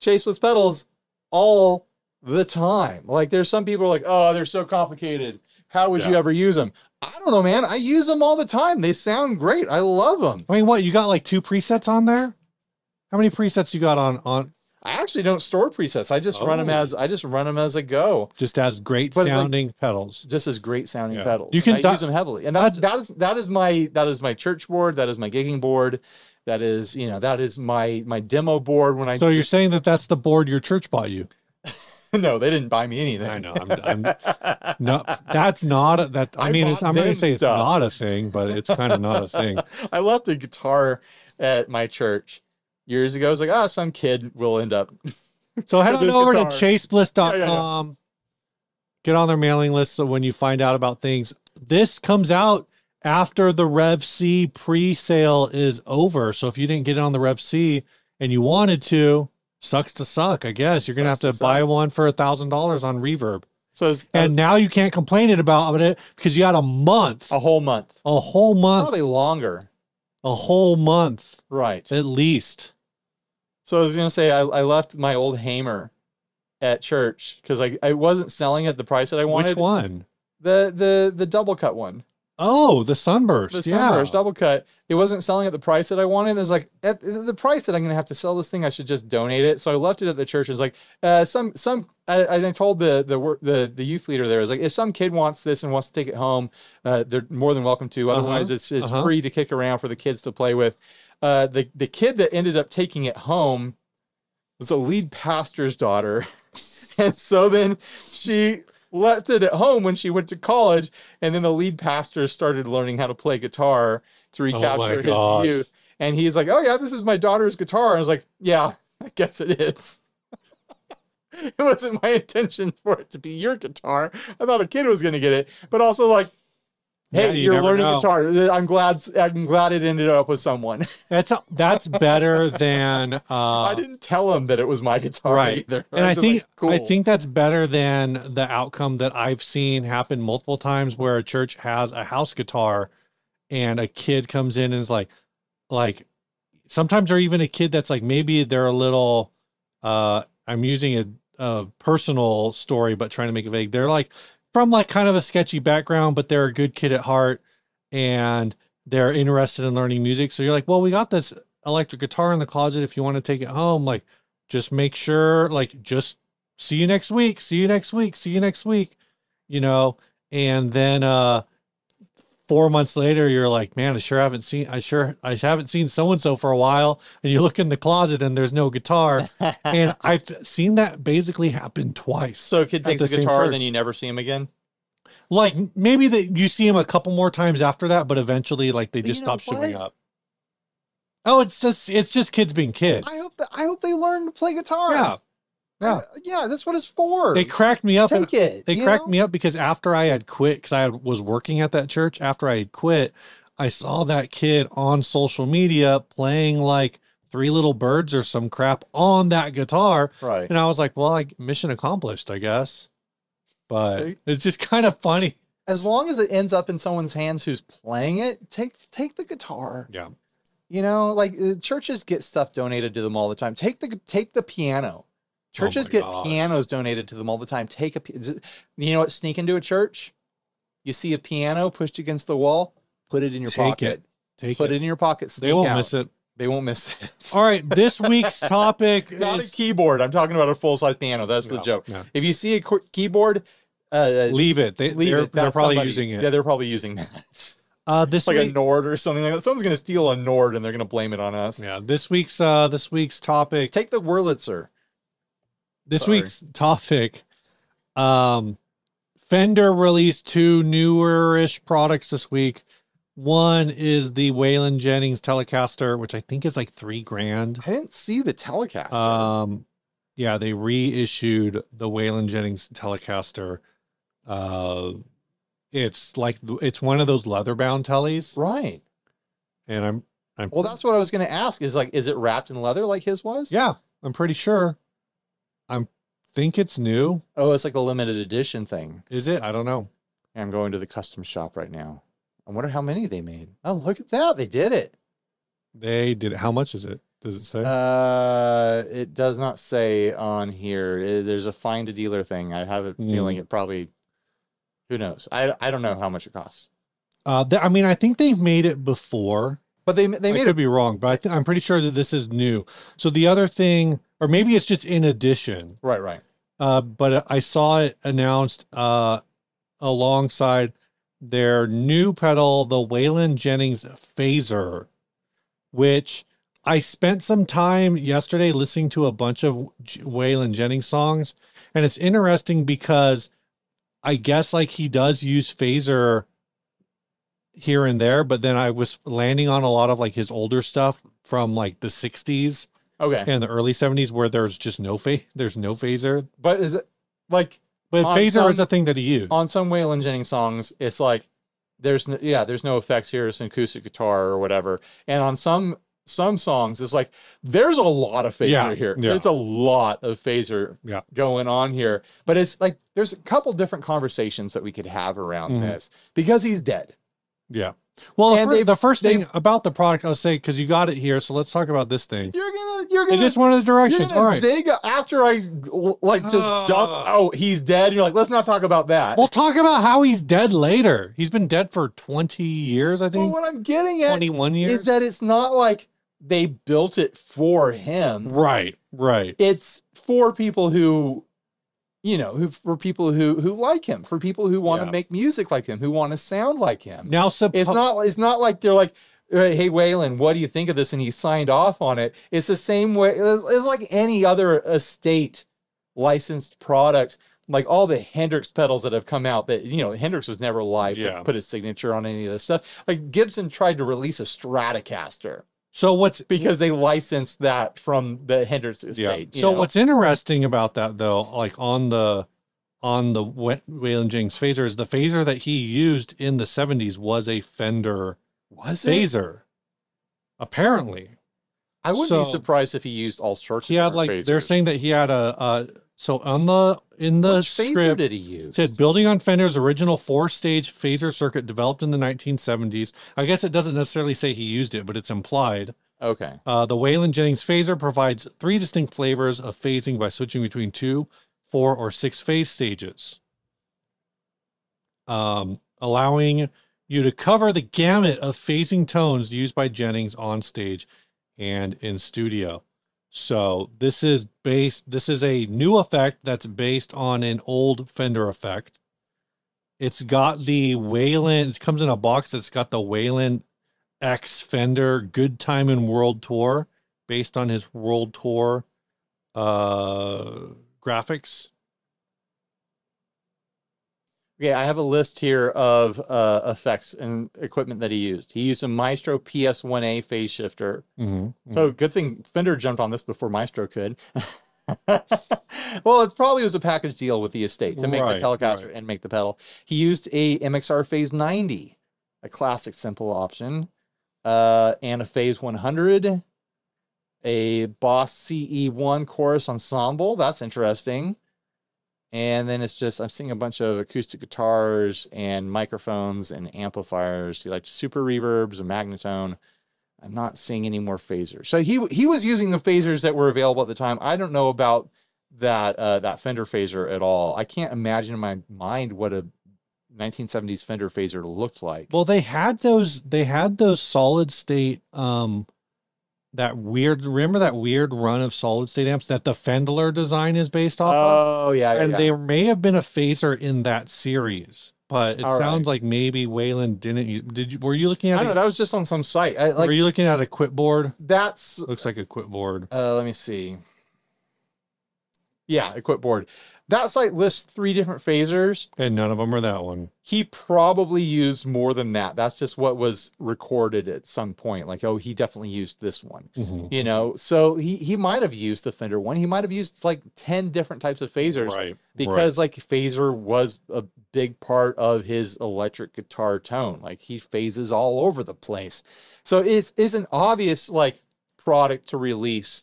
Speaker 2: Chase with pedals all the time. Like there's some people are like, oh, they're so complicated. How would you
Speaker 1: Yeah.
Speaker 2: ever use them? I don't know, man. I use them all the time. They sound great. I love them.
Speaker 1: I mean, what you got like two presets on there? How many presets you got on on
Speaker 2: I actually don't store presets. I just run them
Speaker 1: Oh.
Speaker 2: as I just run them as I go.
Speaker 1: just as great
Speaker 2: But, like,
Speaker 1: sounding pedals?
Speaker 2: Just as great sounding
Speaker 1: Yeah.
Speaker 2: pedals.
Speaker 1: You can
Speaker 2: And I
Speaker 1: di-
Speaker 2: use them heavily, and that, that is that is my that is my church board. That is my gigging board. That is you know that is my my demo board when I
Speaker 1: So you're saying that that's the board your church bought you?
Speaker 2: no they didn't buy me anything.
Speaker 1: I know. I'm, I'm no. That's not a, that. I,
Speaker 2: I
Speaker 1: mean, it's,
Speaker 2: bought
Speaker 1: I'm not gonna
Speaker 2: them
Speaker 1: say it's
Speaker 2: stuff.
Speaker 1: not a thing, but it's kind of not a thing.
Speaker 2: I left a guitar at my church years ago. I was like, ah, some kid will end up.
Speaker 1: So head
Speaker 2: For
Speaker 1: on
Speaker 2: this
Speaker 1: over to
Speaker 2: guitar.
Speaker 1: chasebliss.com.
Speaker 2: Yeah,
Speaker 1: Get on their mailing list so when you find out about things, this comes out after the Rev C pre-sale is over. So if you didn't get it on the Rev C and you wanted to, sucks to suck. I guess you're gonna have
Speaker 2: Sucks
Speaker 1: to,
Speaker 2: to
Speaker 1: buy one for a thousand dollars on Reverb,
Speaker 2: So it's
Speaker 1: and now you can't complain it about it because you had a month,
Speaker 2: a whole month,
Speaker 1: a whole month,
Speaker 2: probably longer.
Speaker 1: a whole month
Speaker 2: Right.
Speaker 1: at least.
Speaker 2: So I was going to say, I, I left my old Hamer at church because I, I wasn't selling at the price that I wanted.
Speaker 1: Which one?
Speaker 2: The, the, the double cut one.
Speaker 1: Oh, the sunburst.
Speaker 2: the
Speaker 1: yeah.
Speaker 2: sunburst double cut. It wasn't selling at the price that I wanted. I was like, at the price that I'm gonna have to sell this thing, I should just donate it. So I left it at the church. And was like, uh, some some. I, I told the the wor- the the youth leader there I was like, if some kid wants this and wants to take it home, uh, they're more than welcome to. Otherwise, it's it's
Speaker 1: uh-huh.
Speaker 2: free to kick around for the kids to play with. Uh, the the kid that ended up taking it home was the lead pastor's daughter, and so then she left it at home when she went to college, and then the lead pastor started learning how to play guitar to recapture his
Speaker 1: Oh gosh.
Speaker 2: youth. And he's like, "Oh yeah, this is my daughter's guitar." And I was like, "Yeah, I guess it is." it wasn't my intention for it to be your guitar. I thought a kid was going to get it, but also like Hey,
Speaker 1: Yeah, you
Speaker 2: you're
Speaker 1: never
Speaker 2: learning
Speaker 1: know.
Speaker 2: guitar. Uh, I'm glad. I'm glad it ended up with someone.
Speaker 1: That's that's better than
Speaker 2: I
Speaker 1: uh,
Speaker 2: didn't tell him that it was my guitar
Speaker 1: Right.
Speaker 2: either.
Speaker 1: and
Speaker 2: was
Speaker 1: I
Speaker 2: just like,
Speaker 1: think I
Speaker 2: cool.
Speaker 1: think that's better than the outcome that I've seen happen multiple times where a church has a house guitar and a kid comes in and is like like sometimes or even a kid that's like maybe they're a little uh I'm using a, a personal story but trying to make it vague. They're like from like kind of a sketchy background, but they're a good kid at heart and they're interested in learning music. So you're like, well, we got this electric guitar in the closet if you want to take it home. Like just make sure like just see you next week see you next week see you next week you know and then uh four months later you're like man i sure haven't seen i sure i haven't seen so and so for a while and you look in the closet and there's no guitar and i've seen that basically happen twice
Speaker 2: so. A kid
Speaker 1: the
Speaker 2: takes a
Speaker 1: same
Speaker 2: guitar,
Speaker 1: church.
Speaker 2: then you never see him again.
Speaker 1: like maybe that you see him a couple more times after that but eventually like they
Speaker 2: But
Speaker 1: just
Speaker 2: you know
Speaker 1: stop showing
Speaker 2: what?
Speaker 1: up oh it's just it's just kids being kids
Speaker 2: I hope. That, I hope they learn to play guitar.
Speaker 1: yeah yeah.
Speaker 2: Uh, yeah. That's what it's for.
Speaker 1: they cracked me up and
Speaker 2: Take it.
Speaker 1: they
Speaker 2: you
Speaker 1: cracked
Speaker 2: know?
Speaker 1: me up because after I had quit, because I had- was working at that church, after I had quit, I saw that kid on social media playing like Three Little Birds or some crap on that guitar.
Speaker 2: Right.
Speaker 1: And I was like, well, like mission accomplished, I guess. But
Speaker 2: Right.
Speaker 1: it's just kind of funny.
Speaker 2: As long as it ends up in someone's hands who's playing it, take take the guitar.
Speaker 1: Yeah.
Speaker 2: You know, like uh, churches get stuff donated to them all the time. Take the take the piano. Churches
Speaker 1: Oh my
Speaker 2: get
Speaker 1: gosh.
Speaker 2: pianos donated to them all the time. Take a, pi- z- you know what? Sneak into a church. You see a piano pushed against the wall. Put it in your
Speaker 1: Take
Speaker 2: pocket.
Speaker 1: Take
Speaker 2: Put
Speaker 1: it.
Speaker 2: it in your pocket.
Speaker 1: They won't miss it.
Speaker 2: They won't miss it.
Speaker 1: All right. This week's topic
Speaker 2: Not a
Speaker 1: is
Speaker 2: keyboard. I'm talking about a full size piano. That's the
Speaker 1: No,
Speaker 2: joke.
Speaker 1: no.
Speaker 2: If you see a qu- keyboard, uh,
Speaker 1: Leave it. They,
Speaker 2: leave
Speaker 1: they're,
Speaker 2: it.
Speaker 1: they're
Speaker 2: That's
Speaker 1: probably
Speaker 2: somebody's.
Speaker 1: using
Speaker 2: Yeah,
Speaker 1: it.
Speaker 2: they're probably using that.
Speaker 1: Uh, this
Speaker 2: It's like
Speaker 1: week,
Speaker 2: a Nord or something like that. Someone's gonna steal a Nord and they're gonna blame it on us.
Speaker 1: yeah, this week's uh, this week's topic
Speaker 2: Take the Wurlitzer.
Speaker 1: this
Speaker 2: Sorry.
Speaker 1: week's topic um fender released two newer-ish products this week one is the wayland jennings telecaster which i think is like three grand
Speaker 2: I didn't see the Telecaster.
Speaker 1: um yeah they reissued the wayland jennings telecaster uh it's like it's one of those leather bound tellies
Speaker 2: right.
Speaker 1: and i'm i'm
Speaker 2: Well, that's what I was gonna ask. Is like, is it wrapped in leather like his was?
Speaker 1: yeah i'm pretty sure i'm think it's new
Speaker 2: Oh, it's like a limited edition thing.
Speaker 1: is it i don't know
Speaker 2: I'm going to the custom shop right now. I wonder how many they made. Oh, look at that! They did it.
Speaker 1: They did. How much is it? Does it say?
Speaker 2: Uh, it does not say on here. Eh, There's a find a dealer thing. I have a
Speaker 1: Hmm.
Speaker 2: feeling it probably. Who knows? I I don't know how much it costs.
Speaker 1: Uh, th- I mean, I think they've made it before.
Speaker 2: But they they
Speaker 1: I
Speaker 2: made
Speaker 1: could
Speaker 2: it.
Speaker 1: be wrong, but I th- I'm pretty sure that this is new. So the other thing, or maybe it's just in addition.
Speaker 2: Right, right.
Speaker 1: Uh, but I saw it announced uh, alongside their new pedal, the Wayland Jennings Phaser, which I spent some time yesterday listening to a bunch of J- Waylon Jennings songs. And it's interesting because I guess like he does use Phaser here and there, but then I was landing on a lot of like his older stuff from like the 60s
Speaker 2: Okay.
Speaker 1: and the early 70s where there's just no phase, there's no phaser.
Speaker 2: But is it like
Speaker 1: But
Speaker 2: On
Speaker 1: phaser is
Speaker 2: some-
Speaker 1: a thing that he used.
Speaker 2: on some Waylon Jennings songs, it's like there's no, yeah, there's no effects here. It's an acoustic guitar or whatever. And on some some songs, it's like there's a lot of phaser
Speaker 1: Yeah,
Speaker 2: here.
Speaker 1: yeah.
Speaker 2: There's a lot of phaser
Speaker 1: Yeah.
Speaker 2: going on here. But it's like there's a couple different conversations that we could have around
Speaker 1: Mhm.
Speaker 2: this because he's dead.
Speaker 1: yeah. Well, the,
Speaker 2: And
Speaker 1: fir-
Speaker 2: they've-
Speaker 1: the first
Speaker 2: they've-
Speaker 1: thing about the product I'll say because you got it here, so let's talk about this thing.
Speaker 2: You're gonna you're
Speaker 1: It's
Speaker 2: gonna
Speaker 1: just one of the
Speaker 2: you're
Speaker 1: directions.
Speaker 2: gonna
Speaker 1: All right,
Speaker 2: zig after I like just dump.
Speaker 1: Ugh.
Speaker 2: Oh, he's dead. You're like, let's not talk about that.
Speaker 1: we'll talk about how he's dead later. He's been dead for 20 years, I
Speaker 2: but
Speaker 1: think.
Speaker 2: what I'm getting at
Speaker 1: 21 years.
Speaker 2: is that it's not like they built it for him.
Speaker 1: right? Right.
Speaker 2: It's for people who, you know, who for people who who like him, for people who want to
Speaker 1: Yeah.
Speaker 2: make music like him, who want to sound like him.
Speaker 1: Now, suppo-
Speaker 2: It's not. It's not like they're like. uh, Hey Waylon, what do you think of this? And he signed off on it. It's the same way. It's, it's like any other estate licensed product, like all the Hendrix pedals that have come out. That you know, Hendrix was never live
Speaker 1: Yeah.
Speaker 2: to put his signature on any of this stuff. Like Gibson tried to release a Stratocaster,
Speaker 1: so what's
Speaker 2: because they licensed that from the Hendrix
Speaker 1: yeah.
Speaker 2: estate. you
Speaker 1: So
Speaker 2: know?
Speaker 1: what's interesting about that though, like on the on the Wa- Waylon Jennings phaser is the phaser that he used in the 70s was a Fender
Speaker 2: Was it?
Speaker 1: phaser. Apparently,
Speaker 2: I wouldn't
Speaker 1: So-
Speaker 2: be surprised if he used all sorts
Speaker 1: he
Speaker 2: of
Speaker 1: had
Speaker 2: different
Speaker 1: like they're
Speaker 2: phasers.
Speaker 1: saying that he had a uh so on the in the
Speaker 2: Which phaser
Speaker 1: script
Speaker 2: did he use?
Speaker 1: it said building on Fender's original four-stage phaser circuit developed in the 1970s. I guess it doesn't necessarily say he used it, but it's implied.
Speaker 2: okay.
Speaker 1: Uh, the Wayland Jennings phaser provides three distinct flavors of phasing by switching between two, four, or six phase stages, um, allowing you to cover the gamut of phasing tones used by Jennings on stage and in studio. So this is based. This is a new effect that's based on an old Fender effect. It's got the Wayland. It comes in a box that's got the Wayland ex Fender Good Time and World Tour based on his World Tour uh graphics.
Speaker 2: Okay, I have a list here of uh, effects and equipment that he used. He used a Maestro PS1A phase shifter. So
Speaker 1: Mm-hmm.
Speaker 2: good thing Fender jumped on this before Maestro could. well, it probably was a package deal with the estate to make
Speaker 1: Right,
Speaker 2: the Telecaster
Speaker 1: right.
Speaker 2: and make the pedal. He used a MXR Phase 90, a classic simple option, uh, and a Phase 100, a Boss CE1 chorus ensemble. That's interesting. And then it's just I'm seeing a bunch of acoustic guitars and microphones and amplifiers. He liked super reverbs, a magnetone. I'm not seeing any more phasers. So he he was using the phasers that were available at the time. I don't know about that uh, that Fender phaser at all. I can't imagine in my mind what a 1970s Fender phaser looked like.
Speaker 1: Well, they had those they had those solid state um that weird remember that weird run of solid state amps that the Fendler design is based off of?
Speaker 2: oh yeah, yeah,
Speaker 1: uh-huh. And
Speaker 2: yeah.
Speaker 1: there may have been a phaser in that series, but it
Speaker 2: All
Speaker 1: sounds like maybe Wayland didn't. u- Did you? Were you looking
Speaker 2: I
Speaker 1: at?
Speaker 2: don't know.
Speaker 1: A,
Speaker 2: That was just on some site. I,
Speaker 1: were
Speaker 2: like
Speaker 1: you looking at a quit board?
Speaker 2: that's
Speaker 1: Looks like a quit board.
Speaker 2: Uh, let me see. Yeah, equip board. That site lists three different phasers.
Speaker 1: And none of them are that one.
Speaker 2: He probably used more than that. That's just what was recorded at some point. Like, oh, he definitely used this one.
Speaker 1: Mhm.
Speaker 2: You know, so he he might have used the Fender one. He might have used like ten different types of phasers
Speaker 1: Right. right.
Speaker 2: because like phaser was a big part of his electric guitar tone like he phases all over the place so it's it's an obvious like product to release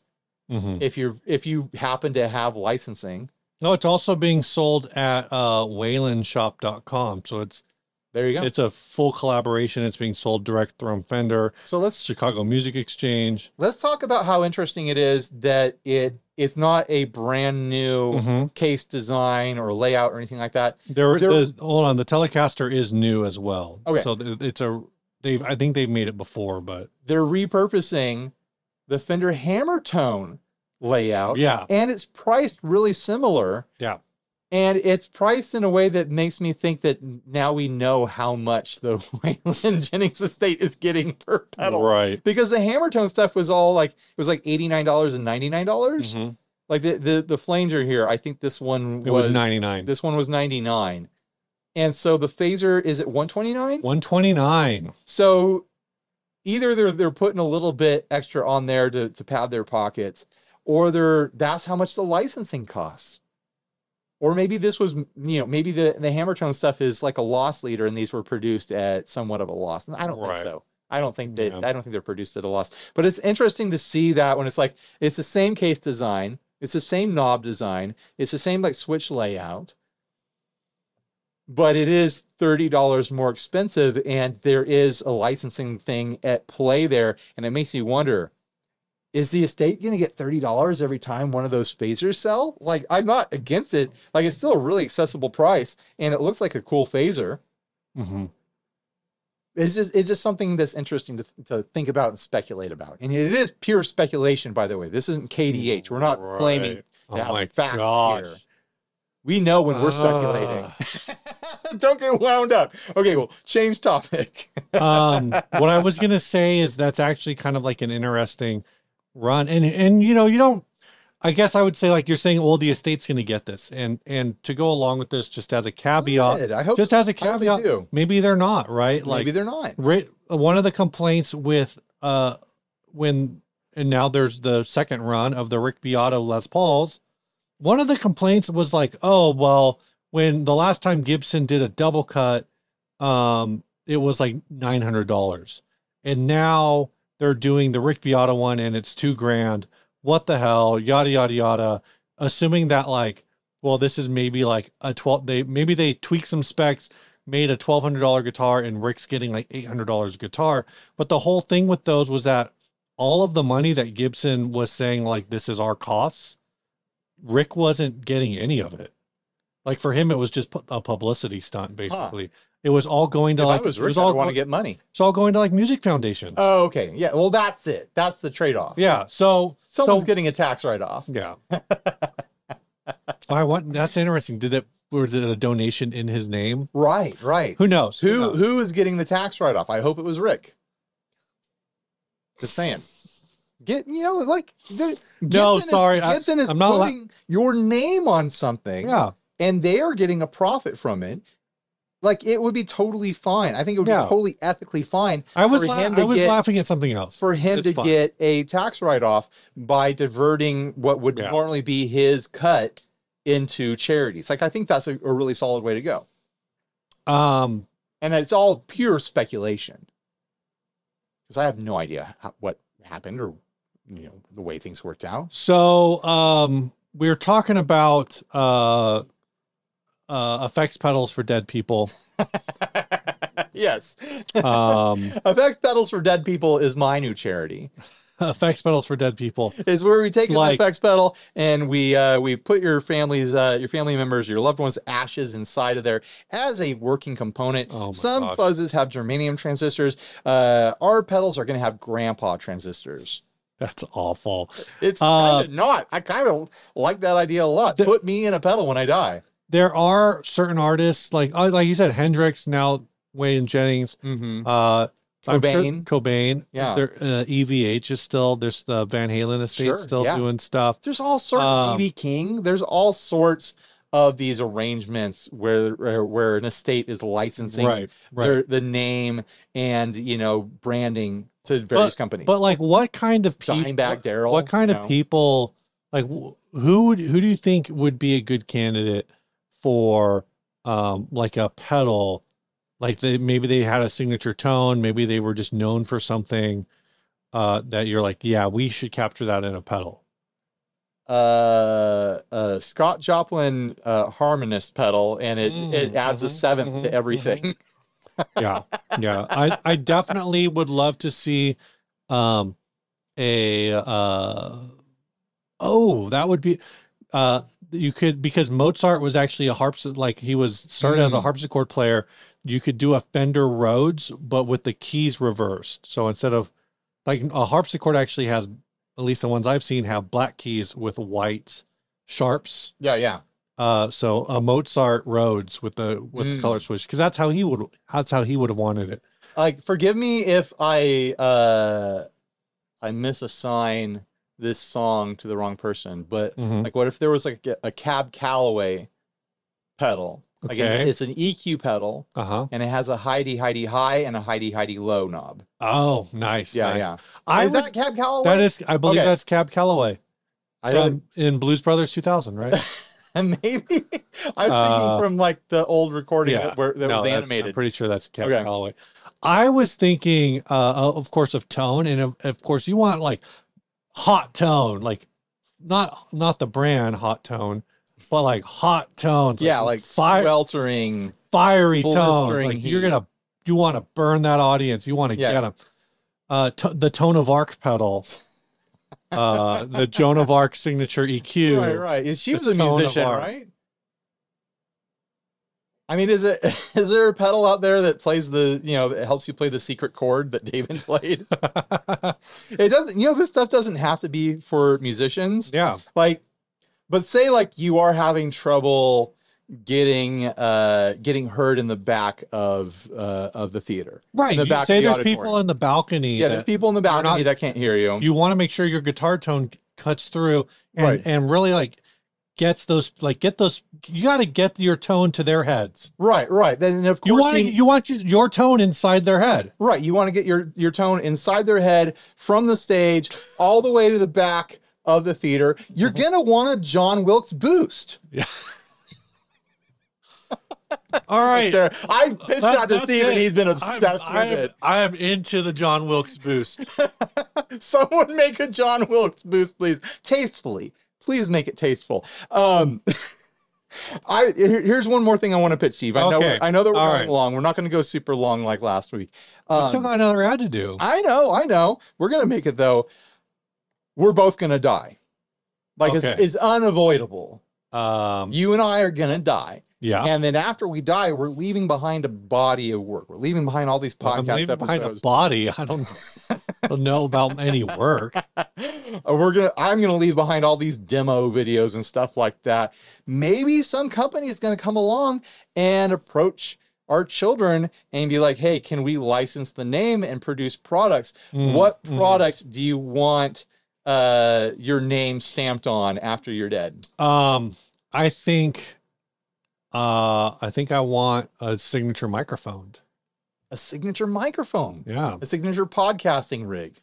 Speaker 1: Mhm.
Speaker 2: if you're if you happen to have licensing
Speaker 1: No, it's also being sold at uh waylandshop.com. So it's
Speaker 2: there you go
Speaker 1: it's a full collaboration. It's being sold direct from Fender,
Speaker 2: so let's
Speaker 1: Chicago Music Exchange.
Speaker 2: let's talk about how interesting it is that it it's not a brand new
Speaker 1: Mhm.
Speaker 2: case design or layout or anything like that
Speaker 1: There,
Speaker 2: Mm-hmm. There- Oh,
Speaker 1: there's- hold on, the Telecaster is new as well.
Speaker 2: Okay.
Speaker 1: So th- it's a they've I think they've made it before, but
Speaker 2: they're repurposing the fender hammer tone layout
Speaker 1: yeah.
Speaker 2: and it's priced really similar.
Speaker 1: Yeah.
Speaker 2: And it's priced in a way that makes me think that now we know how much the Wayland Jennings estate is getting per pedal.
Speaker 1: Right.
Speaker 2: Because the Hammertone stuff was all like it was like eighty nine dollars and ninety nine dollars.
Speaker 1: Mhm.
Speaker 2: Like the, the the flanger here, I think this one
Speaker 1: It was,
Speaker 2: was,
Speaker 1: 99.
Speaker 2: This one was ninety nine, and so the phaser is at one twenty nine.
Speaker 1: 129.
Speaker 2: So either they're they're putting a little bit extra on there to, to pad their pockets, or they're that's how much the licensing costs. Or maybe this was, you know, maybe the, the Hammertone stuff is like a loss leader and these were produced at somewhat of a loss. And I don't
Speaker 1: Right.
Speaker 2: think so. I don't think that
Speaker 1: Yeah.
Speaker 2: I don't think they're produced at a loss. But it's interesting to see that when it's like it's the same case design, it's the same knob design, it's the same like switch layout but it is $30 more expensive and there is a licensing thing at play there and it makes me wonder is the estate going to get $30 every time one of those phasers sell like i'm not against it like it's still a really accessible price and it looks like a cool phaser
Speaker 1: Mhm.
Speaker 2: it's just it's just something that's interesting to, to think about and speculate about and it is pure speculation by the way this isn't kdh we're not claiming
Speaker 1: Right.
Speaker 2: to
Speaker 1: Oh my
Speaker 2: have facts
Speaker 1: gosh.
Speaker 2: here. We know when we're
Speaker 1: Ah.
Speaker 2: speculating. Don't get wound up. Okay, well, change topic.
Speaker 1: um what i was gonna say is that's actually kind of like an interesting run and and you know you don't i guess i would say like you're saying well the estate's gonna get this and and to go along with this just as a caveat
Speaker 2: Good. I hope
Speaker 1: just as a
Speaker 2: I hope they
Speaker 1: caveat
Speaker 2: do.
Speaker 1: maybe they're not right like
Speaker 2: Maybe they're not.
Speaker 1: Ri- one of the complaints with uh when and now there's the second run of the Rick Beato Les Pauls. One of the complaints was like, oh well, when the last time Gibson did a double cut, um, it was like nine hundred dollars, and now they're doing the Rick Beato one, and it's two grand. What the hell? Yada yada yada. Assuming that like, well, this is maybe like a twelve. They maybe they tweak some specs, made a twelve hundred dollar guitar, and Rick's getting like eight hundred dollars guitar. But the whole thing with those was that all of the money that Gibson was saying like this is our costs, Rick wasn't getting any of it. Like for him, it was just pu- a publicity stunt. Basically, it was all going to
Speaker 2: If
Speaker 1: like
Speaker 2: I was
Speaker 1: it was
Speaker 2: rich, I
Speaker 1: all
Speaker 2: want
Speaker 1: go-
Speaker 2: to get money.
Speaker 1: it's all going to like Music Foundation.
Speaker 2: Oh, okay. Yeah. Well, that's it. That's the trade off.
Speaker 1: yeah. So
Speaker 2: Someone's
Speaker 1: so-
Speaker 2: getting a tax write off.
Speaker 1: yeah. I want. That's interesting. Did it? Or is it a donation in his name?
Speaker 2: Right. Right.
Speaker 1: Who knows?
Speaker 2: Who
Speaker 1: knows?
Speaker 2: who is getting the tax write off? I hope it was Rick. Just saying. Get you know like the,
Speaker 1: No,
Speaker 2: Gibson is-
Speaker 1: sorry, I-
Speaker 2: Gibson is
Speaker 1: I'm not allo-
Speaker 2: putting your name on something,
Speaker 1: Yeah.
Speaker 2: and they are getting a profit from it. Like it would be totally fine. I think it would
Speaker 1: Yeah.
Speaker 2: be totally ethically fine
Speaker 1: I was.
Speaker 2: For
Speaker 1: La-
Speaker 2: him to
Speaker 1: I was
Speaker 2: get-
Speaker 1: laughing at something else.
Speaker 2: for him
Speaker 1: It's
Speaker 2: to
Speaker 1: fine.
Speaker 2: get a tax write off by diverting what would
Speaker 1: Yeah.
Speaker 2: normally be his cut into charities. Like I think that's a, a really solid way to go,
Speaker 1: um.
Speaker 2: and it's all pure speculation because I have no idea how, what happened or you know the way things worked out.
Speaker 1: So um, we were talking about uh, uh, effects pedals for dead people.
Speaker 2: yes,
Speaker 1: Um,
Speaker 2: effects pedals for dead people is my new charity.
Speaker 1: effects pedals for dead people.
Speaker 2: is where we take an
Speaker 1: Like-
Speaker 2: FX pedal and we uh, we put your family's uh, your family members, your loved ones' ashes inside of there as a working component.
Speaker 1: Oh my
Speaker 2: Some
Speaker 1: gosh.
Speaker 2: fuzzes have germanium transistors. Uh, our pedals are going to have grandpa transistors.
Speaker 1: That's awful.
Speaker 2: It's
Speaker 1: Uh,
Speaker 2: kind of not. I kind of like that idea a lot.
Speaker 1: The-
Speaker 2: put me in a pedal when I die.
Speaker 1: There are certain artists like uh, like you said Hendrix now Wayne Jennings
Speaker 2: Mm-hmm.
Speaker 1: uh I'm sure-
Speaker 2: Cobain.
Speaker 1: Cobain
Speaker 2: Yeah.
Speaker 1: There- uh, EVH is still there's the Van Halen estate
Speaker 2: Sure,
Speaker 1: still
Speaker 2: yeah.
Speaker 1: doing stuff
Speaker 2: There's all sorts.
Speaker 1: Um,
Speaker 2: BB King. There's all sorts of these arrangements where where, where an estate is licensing
Speaker 1: right right
Speaker 2: their, the name and you know branding to various companies.
Speaker 1: but like what kind of people
Speaker 2: Dimebag Daryl.
Speaker 1: what kind
Speaker 2: you
Speaker 1: of
Speaker 2: know?
Speaker 1: people like wh- who would who do you think would be a good candidate for um like a pedal like they maybe they had a signature tone maybe they were just known for something uh that you're like yeah we should capture that in a pedal
Speaker 2: Uh, uh, Scott Joplin uh, harmonist pedal, and it it
Speaker 1: Mm,
Speaker 2: adds a
Speaker 1: mhm,
Speaker 2: 7th
Speaker 1: mhm,
Speaker 2: to everything.
Speaker 1: yeah yeah i i definitely would love to see um a uh oh that would be uh you could because mozart was actually a harps like he was started as a
Speaker 2: Mm.
Speaker 1: harpsichord player you could do a fender rhodes but with the keys reversed so instead of like a harpsichord actually has at least the ones i've seen have black keys with white sharps
Speaker 2: Yeah, yeah.
Speaker 1: uh so a mozart rhodes with the with the
Speaker 2: Mm.
Speaker 1: color switch because that's how he would that's how he would have wanted it
Speaker 2: Like, forgive me if I uh I misassign this song to the wrong person, but
Speaker 1: Mm-hmm.
Speaker 2: like, what if there was like a, a Cab Calloway pedal? Like, an-
Speaker 1: Okay.
Speaker 2: it's an EQ pedal,
Speaker 1: uh-huh
Speaker 2: and it has a Heidi Heidi high and a Heidi Heidi low knob.
Speaker 1: oh nice
Speaker 2: Yeah,
Speaker 1: nice.
Speaker 2: yeah.
Speaker 1: i
Speaker 2: is
Speaker 1: would,
Speaker 2: that Cab Calloway?
Speaker 1: that is i believe
Speaker 2: Okay.
Speaker 1: that's cab calloway
Speaker 2: I don't.
Speaker 1: from- in blues brothers 2000 right
Speaker 2: maybe I'm
Speaker 1: Uh,
Speaker 2: thinking from like the old recording
Speaker 1: yeah.
Speaker 2: that, were, that
Speaker 1: No,
Speaker 2: was
Speaker 1: that's- i'm
Speaker 2: animated.
Speaker 1: pretty sure that's cab
Speaker 2: Okay.
Speaker 1: calloway i was thinking uh of course of tone and of, of course you want like hot tone like not not the brand hot tone but like hot tones
Speaker 2: yeah, like
Speaker 1: fire
Speaker 2: sweltering.
Speaker 1: fiery tone.
Speaker 2: Blistering
Speaker 1: Like you're
Speaker 2: heat.
Speaker 1: gonna you want to burn that audience. You want to
Speaker 2: Yeah.
Speaker 1: get them. Uh, to the tone of arc pedal, uh, the Joan of Arc signature E EQ.
Speaker 2: Right, right. Yeah, She
Speaker 1: the
Speaker 2: was a
Speaker 1: tone of
Speaker 2: musician,
Speaker 1: art.
Speaker 2: right? I mean, is it is there a pedal out there that plays the you know that helps you play the secret chord that David played? it doesn't. You know, this stuff doesn't have to be for musicians.
Speaker 1: Yeah,
Speaker 2: like but say like you are having trouble getting uh getting heard in the back of uh of the theater
Speaker 1: right.
Speaker 2: the
Speaker 1: You
Speaker 2: back
Speaker 1: say
Speaker 2: of the
Speaker 1: there's people
Speaker 2: auditorium.
Speaker 1: in the balcony.
Speaker 2: yeah there's
Speaker 1: that
Speaker 2: people in the balcony
Speaker 1: not-
Speaker 2: that can't hear you
Speaker 1: you want to make sure your guitar tone cuts through and
Speaker 2: Right.
Speaker 1: and really like gets those like get those. You got to get your tone to their heads.
Speaker 2: right right then of course
Speaker 1: You want to
Speaker 2: you-
Speaker 1: you want your, your tone inside their head.
Speaker 2: right you want to get your your tone inside their head from the stage all the way to the back
Speaker 1: Mm-hmm.
Speaker 2: of the theater you're gonna want a john wilkes boost
Speaker 1: All right.
Speaker 2: Sarah. I pitched
Speaker 1: That-
Speaker 2: out to
Speaker 1: that's
Speaker 2: Steve and
Speaker 1: it.
Speaker 2: he's been
Speaker 1: I'm-
Speaker 2: obsessed
Speaker 1: I'm,
Speaker 2: with it.
Speaker 1: I am into the John Wilkes boost.
Speaker 2: Someone make a John Wilkes boost, please. Tastefully. Please make it tasteful. Um I here- here's one more thing I want to pitch, Steve. I know
Speaker 1: Okay.
Speaker 2: I know that we're
Speaker 1: All
Speaker 2: going
Speaker 1: right.
Speaker 2: long. We're not going to go super long like last week.
Speaker 1: I still
Speaker 2: Um,
Speaker 1: got another ad to do.
Speaker 2: I know, I know. We're gonna make it though. We're both gonna die. Like
Speaker 1: Okay.
Speaker 2: it's, it's unavoidable.
Speaker 1: Um,
Speaker 2: You and I are gonna die,
Speaker 1: yeah.
Speaker 2: and then after we die, we're leaving behind a body of work. We're leaving behind all these
Speaker 1: Well, I'm
Speaker 2: podcast
Speaker 1: leaving behind a
Speaker 2: episodes.
Speaker 1: body. I don't, I don't know about any work.
Speaker 2: Uh, we're gonna. I'm gonna leave behind all these demo videos and stuff like that. Maybe some company is gonna come along and approach our children and be like, "Hey, can we license the name and produce products?"
Speaker 1: Mm,
Speaker 2: what
Speaker 1: mm.
Speaker 2: product do you want uh your name stamped on after you're dead
Speaker 1: Um, I think, uh, I think I want a signature microphone.
Speaker 2: a signature microphone
Speaker 1: Yeah.
Speaker 2: a signature podcasting rig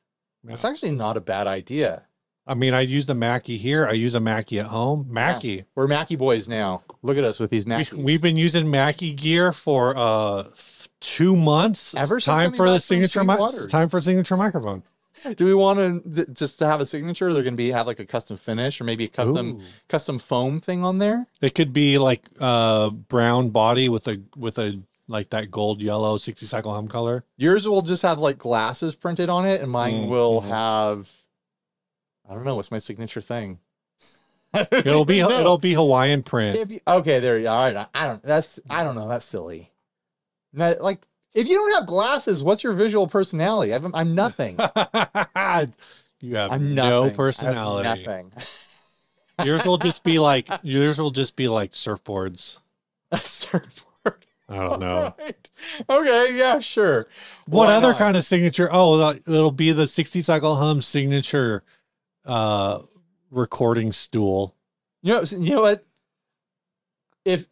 Speaker 1: Yeah.
Speaker 2: it's actually not a bad idea
Speaker 1: I mean, I use the Mackie here. I use a Mackie at home. Mackie.
Speaker 2: we're mackie boys now look at us with these
Speaker 1: We,
Speaker 2: mackies
Speaker 1: we've been using Mackie gear for uh th- two months.
Speaker 2: Ever
Speaker 1: It's
Speaker 2: since
Speaker 1: time
Speaker 2: coming
Speaker 1: for
Speaker 2: back
Speaker 1: the
Speaker 2: from
Speaker 1: signature.
Speaker 2: Sweet
Speaker 1: Mi-
Speaker 2: Water.
Speaker 1: time for signature microphone.
Speaker 2: do we want to just to have a signature they're gonna be have like a custom finish or maybe a custom
Speaker 1: Ooh.
Speaker 2: custom foam thing on there
Speaker 1: It could be like uh brown body with a with a like that gold yellow sixty cycle hum color.
Speaker 2: yours will just have like glasses printed on it and mine
Speaker 1: Mm,
Speaker 2: will
Speaker 1: mhm.
Speaker 2: have i don't know what's my signature thing
Speaker 1: It'll be
Speaker 2: No.
Speaker 1: it'll be Hawaiian print.
Speaker 2: If you, okay, there you are. I- I don't. That's I don't know. That's silly. No, like if you don't have glasses, what's your visual personality? I'm, I'm nothing.
Speaker 1: you have
Speaker 2: I'm nothing. I
Speaker 1: no
Speaker 2: have
Speaker 1: personality.
Speaker 2: Nothing.
Speaker 1: Yours will just be like yours will just be like surfboards.
Speaker 2: A surfboard.
Speaker 1: I don't know.
Speaker 2: Right. Okay. Yeah. Sure.
Speaker 1: Oh, What
Speaker 2: Why
Speaker 1: other
Speaker 2: not?
Speaker 1: kind of signature? Oh, like, it'll be the 60 cycle hum signature uh recording stool.
Speaker 2: You know. You know what? If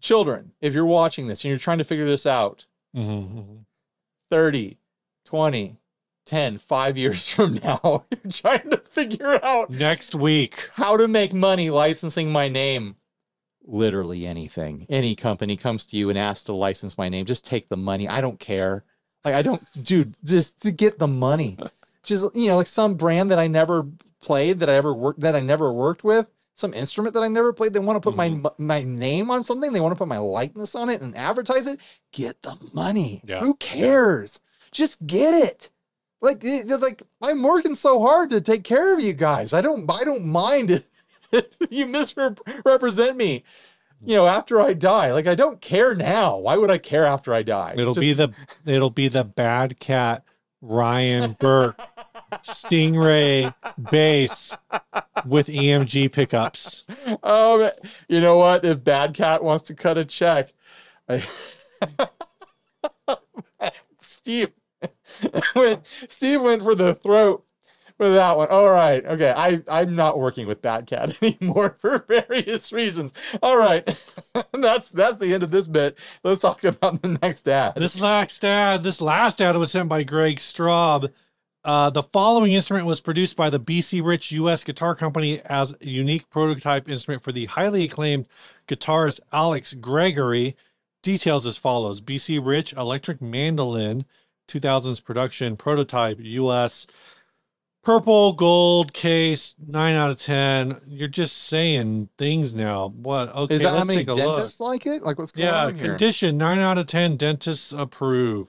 Speaker 2: children, if you're watching this and you're trying to figure this out, Mm-hmm,
Speaker 1: Mhm.
Speaker 2: 30, 20, 10, five years from now, you're trying to figure out
Speaker 1: Next week.
Speaker 2: how to make money licensing my name. Literally anything. Any company comes to you and asks to license my name, just take the money. I don't care. Like I don't, dude. Just to get the money. Just you know, like some brand that I never played, that I ever worked, that I never worked with, some instrument that I never played. They want to put my my name on something. They want to put my likeness on it and advertise it. Get the money.
Speaker 1: Yeah.
Speaker 2: Who cares? Just get it. Like, it- they're like I'm working so hard to take care of you guys. I don't, I don't mind if you misrepresent me. You know, after I die, like I don't care now. Why would I care after I die?
Speaker 1: It'll
Speaker 2: Just-
Speaker 1: be the it'll be the bad cat Ryan Burke Stingray bass with EMG pickups.
Speaker 2: Um, you know what? If Bad Cat wants to cut a check, I... Steve went. Steve went for the throat with that one. All right, okay. I I'm not working with Bad Cat anymore for various reasons. All right, that's that's the end of this bit. Let's talk about the next ad.
Speaker 1: This last ad, this last ad was sent by Greg Straub. Uh, the following instrument was produced by the BC Rich U.S. Guitar Company as a unique prototype instrument for the highly acclaimed guitarist Alex Gregory. Details as follows: BC Rich electric mandolin, 2000s production prototype U.S. Purple gold case, nine out of ten. You're just saying things now. What? Okay,
Speaker 2: Is that how
Speaker 1: let's
Speaker 2: many
Speaker 1: take a look.
Speaker 2: dentists like it? Like what's going
Speaker 1: Yeah,
Speaker 2: on here?
Speaker 1: condition nine out of ten. Dentists approve.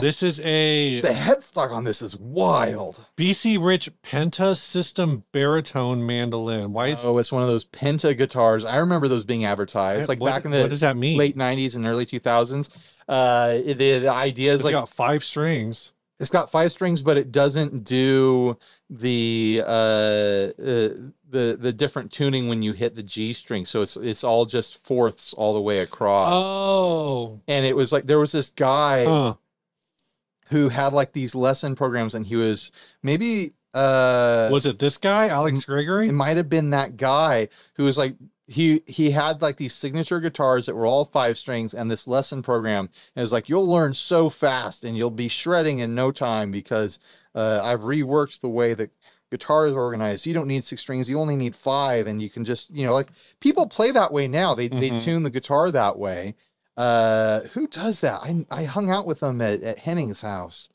Speaker 1: this is a
Speaker 2: the headstock on this is wild.
Speaker 1: BC Rich Penta System baritone mandolin. Why is
Speaker 2: Oh, it's one of those Penta guitars. I remember those being advertised, like
Speaker 1: what-
Speaker 2: back in
Speaker 1: what
Speaker 2: the
Speaker 1: does that mean?
Speaker 2: late '90s and early 2000s. Uh, the, the idea is
Speaker 1: it's
Speaker 2: like
Speaker 1: got five strings.
Speaker 2: it's got five strings, but it doesn't do the uh, uh, the the different tuning when you hit the G string. So it's it's all just fourths all the way across.
Speaker 1: Oh,
Speaker 2: and it was like there was this guy
Speaker 1: huh.
Speaker 2: who had like these lesson programs, and he was maybe uh,
Speaker 1: was it this guy, Alex Gregory?
Speaker 2: it might have been that guy who was like he he had like these signature guitars that were all five strings and this lesson program and it's like you'll learn so fast and you'll be shredding in no time because uh, I've reworked the way that guitar is organized. You don't need six strings. You only need five, and you can just you know like people play that way now. They they
Speaker 1: Mhm.
Speaker 2: tune the guitar that way. Uh, who does that? I I hung out with them at, at Henning's house.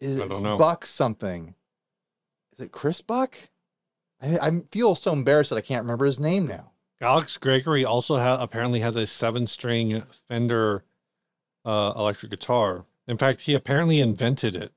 Speaker 2: Is
Speaker 1: I
Speaker 2: it's
Speaker 1: don't know.
Speaker 2: Buck something? Is it Chris Buck? I, I feel so embarrassed that I can't remember his name now.
Speaker 1: Alex Gregory also ha- apparently has a seven string Fender uh, electric guitar. In fact, he apparently invented it.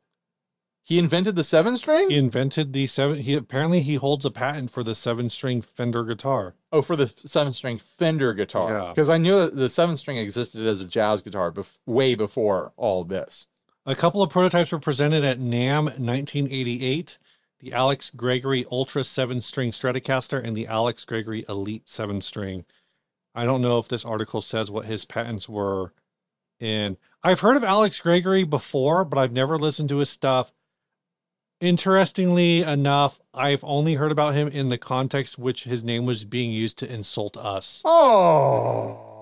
Speaker 2: He invented the seven string.
Speaker 1: He invented the seven. He apparently he holds a patent for the seven string Fender guitar.
Speaker 2: Oh, for the seven string Fender guitar.
Speaker 1: Yeah.
Speaker 2: Because I knew that the seven string existed as a jazz guitar bef- way before all this.
Speaker 1: A couple of prototypes were presented at NAM 1988. The Alex Gregory Ultra seven string Stratocaster and the Alex Gregory Elite seven string. I don't know if this article says what his patents were. And I've heard of Alex Gregory before, but I've never listened to his stuff. Interestingly enough, I've only heard about him in the context which his name was being used to insult us.
Speaker 2: Oh.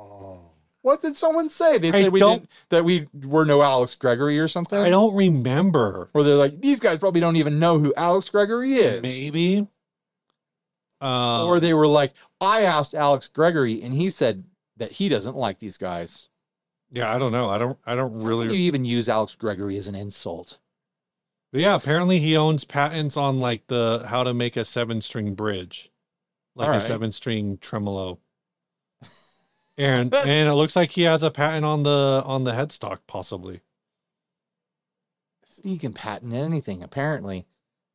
Speaker 2: What did someone say? They
Speaker 1: I
Speaker 2: said we
Speaker 1: don't-
Speaker 2: didn't, that we were no Alex Gregory or something.
Speaker 1: I don't remember.
Speaker 2: Or they're like, these guys probably don't even know who Alex Gregory is.
Speaker 1: Maybe. Uh,
Speaker 2: Or they were like, I asked Alex Gregory and he said that he doesn't like these guys.
Speaker 1: yeah, I don't know. I don't. I don't really.
Speaker 2: You even use Alex Gregory as an insult.
Speaker 1: But yeah, apparently he owns patents on like the how to make a seven string bridge, like
Speaker 2: Alright.
Speaker 1: a seven string tremolo. And and it looks like he has a patent on the on the headstock possibly.
Speaker 2: You can patent anything, apparently.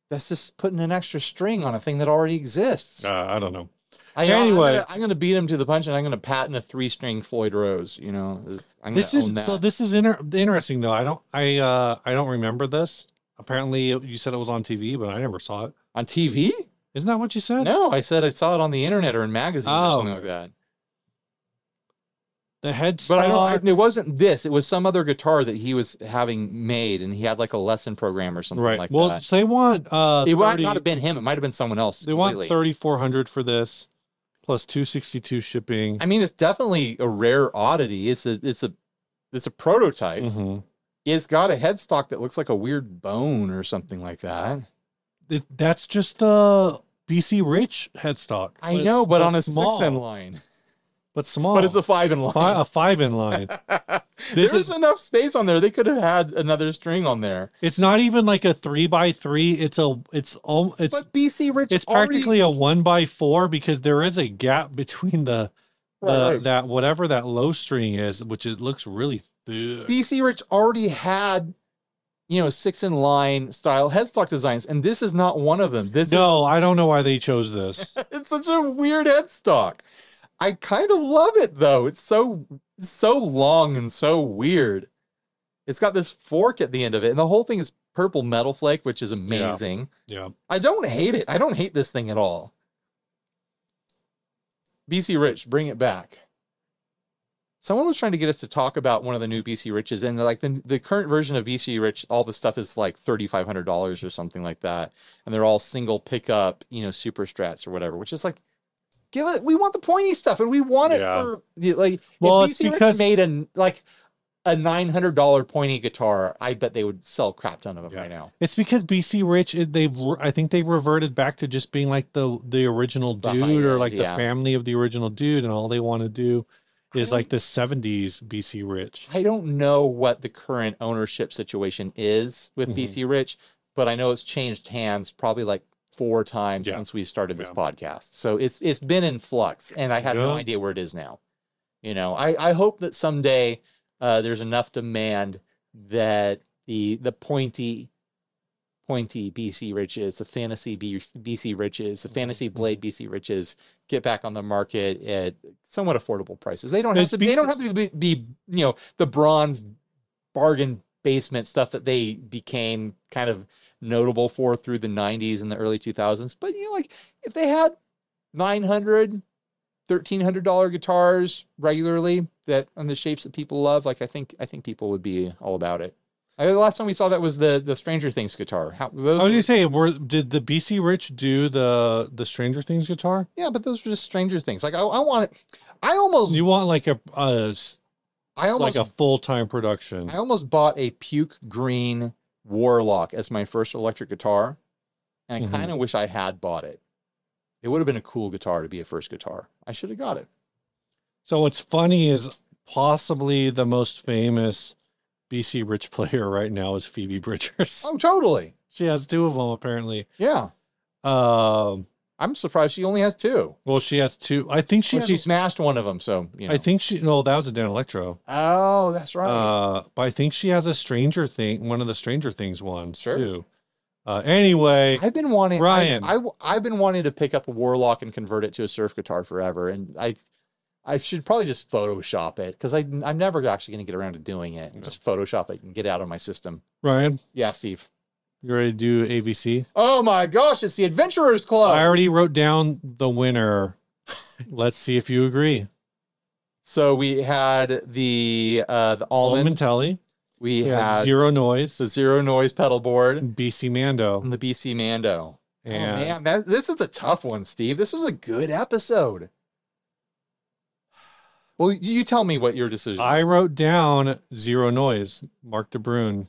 Speaker 2: That's just putting an extra string on a thing that already exists.
Speaker 1: Uh, I don't know.
Speaker 2: I,
Speaker 1: Anyway.
Speaker 2: anyway, I'm gonna, I'm gonna beat him to the punch, and I'm gonna patent a three-string Floyd Rose. You know, if- I'm
Speaker 1: This
Speaker 2: gonna
Speaker 1: is
Speaker 2: own that.
Speaker 1: so this is inter- interesting though. I don't I uh I don't remember this. Apparently you said it was on TV, but I never saw it.
Speaker 2: on TV.
Speaker 1: Isn't that what you said?
Speaker 2: No, I said I saw it on the internet or in magazines or
Speaker 1: Oh.
Speaker 2: something like that.
Speaker 1: The
Speaker 2: But I
Speaker 1: headstock.
Speaker 2: don't. I, it wasn't this. It was some other guitar that he was having made, and he had like a lesson program or something
Speaker 1: right.
Speaker 2: like
Speaker 1: well,
Speaker 2: that.
Speaker 1: so they want uh
Speaker 2: It might
Speaker 1: 30
Speaker 2: not have been him. It might have been someone else.
Speaker 1: they want
Speaker 2: completely.
Speaker 1: 3400 for this plus 262 shipping.
Speaker 2: I mean, it's definitely a rare oddity. It's a. It's a. It's a prototype.
Speaker 1: Mhm.
Speaker 2: It's got a headstock that looks like a weird bone or something like that.
Speaker 1: Th- that's just the BC Rich headstock.
Speaker 2: I know, but on a six in
Speaker 1: small,
Speaker 2: line.
Speaker 1: but small,
Speaker 2: But it's a five in
Speaker 1: fi-
Speaker 2: line.
Speaker 1: a five in line. This
Speaker 2: There's
Speaker 1: is-
Speaker 2: enough space on there. They could have had another string on there.
Speaker 1: it's not even like a three by three. It's a it's al- it's
Speaker 2: but BC Rich,
Speaker 1: it's
Speaker 2: already-
Speaker 1: practically a one by four because there is a gap between the,
Speaker 2: Right,
Speaker 1: the
Speaker 2: right.
Speaker 1: that whatever that low string is, which it looks really thick.
Speaker 2: BC Rich already had, you know, six in line style headstock designs, and this is not one of them. This
Speaker 1: no, I don't know why they chose this.
Speaker 2: is it's such a weird headstock. I kind of love it though. It's so so long and so weird. It's got this fork at the end of it, and the whole thing is purple metal flake, which is amazing.
Speaker 1: yeah,
Speaker 2: I don't hate it. I don't hate this thing at all. BC Rich, bring it back. Someone was trying to get us to talk about one of the new BC Riches, and like the, the current version of BC Rich, all the stuff is like thirty five hundred dollars or something like that, and they're all single pickup, you know, super strats or whatever. Which is like, give it. We want the pointy stuff, and we want it
Speaker 1: Yeah.
Speaker 2: for the- like.
Speaker 1: Well,
Speaker 2: if
Speaker 1: it's
Speaker 2: BC Rich
Speaker 1: because-
Speaker 2: made a like a nine hundred dollar pointy guitar, I bet they would sell crap ton of them
Speaker 1: Yeah.
Speaker 2: right now.
Speaker 1: it's because BC Rich it- they've re- I think they reverted back to just being like the the original
Speaker 2: The
Speaker 1: dude
Speaker 2: high
Speaker 1: or
Speaker 2: end,
Speaker 1: like
Speaker 2: yeah.
Speaker 1: the family of the original dude, and all they want to do is
Speaker 2: I
Speaker 1: like the 70s BC Rich.
Speaker 2: I don't know what the current ownership situation is with
Speaker 1: Mhm.
Speaker 2: BC Rich, but I know it's changed hands probably like four times
Speaker 1: Yeah.
Speaker 2: since we started this
Speaker 1: Yeah.
Speaker 2: podcast. So it's it's been in flux, and I have no
Speaker 1: Yeah.
Speaker 2: idea where it is now. You know, I I hope that someday uh, there's enough demand that the the pointy pointy BC riches, the fantasy B- BC riches, the fantasy blade BC riches get back on the market at somewhat affordable prices. They don't have
Speaker 1: Does
Speaker 2: to. They don't have
Speaker 1: BC
Speaker 2: to be, be you know the bronze bargain basement stuff that they became kind of notable for through the 90s and the early 2000s. But you know, like if they had 900 1300 dollar guitars regularly that on the shapes that people love like i think i think people would be all about it I, the last time we saw that was the the stranger things guitar How, those
Speaker 1: I was
Speaker 2: were-
Speaker 1: gonna say, were did the BC Rich do the the Stranger Things guitar?
Speaker 2: yeah but those were just stranger things like i, I want it i almost
Speaker 1: You want like a, a s-
Speaker 2: i almost
Speaker 1: like a full time production?
Speaker 2: I almost bought a puke green Warlock as my first electric guitar. And I
Speaker 1: Mhm.
Speaker 2: kind of wish I had bought it. It would have been a cool guitar to be a first guitar. I should have got it.
Speaker 1: So what's funny is possibly the most famous BC Rich player right now is Phoebe Bridgers.
Speaker 2: Oh, totally.
Speaker 1: She has two of them apparently.
Speaker 2: Yeah.
Speaker 1: Um,
Speaker 2: I'm surprised she only has two.
Speaker 1: well, she has two. I think she.
Speaker 2: She,
Speaker 1: Has,
Speaker 2: she smashed one of them. So, you know.
Speaker 1: I think she. No, that was a Dan Electro.
Speaker 2: Oh, that's right.
Speaker 1: Uh, but I think she has a Stranger Thing, one of the Stranger Things ones
Speaker 2: Sure.
Speaker 1: too. Uh, anyway,
Speaker 2: I've been wanting I-
Speaker 1: Ryan.
Speaker 2: I, have been wanting to pick up a Warlock and convert it to a surf guitar forever, and I I should probably just Photoshop it because I I'm never actually going to get around to doing it.
Speaker 1: No.
Speaker 2: Just Photoshop it and get out of my system.
Speaker 1: Ryan,
Speaker 2: Yeah, Steve.
Speaker 1: you ready to do AVC?
Speaker 2: Oh my gosh, it's the Adventurers Club.
Speaker 1: I already wrote down the winner. Let's see if you agree.
Speaker 2: so we had the uh the almond.
Speaker 1: Almentelli,
Speaker 2: We
Speaker 1: yeah.
Speaker 2: had
Speaker 1: uh, Zero Noise,
Speaker 2: the zero noise pedal board
Speaker 1: BC Mando,
Speaker 2: and the BC Mando.
Speaker 1: and
Speaker 2: oh man, that, this is a tough one, Steve. This was a good episode. Well, you you tell me what your decision.
Speaker 1: I
Speaker 2: is.
Speaker 1: wrote down zero noise. Mark DeBrun.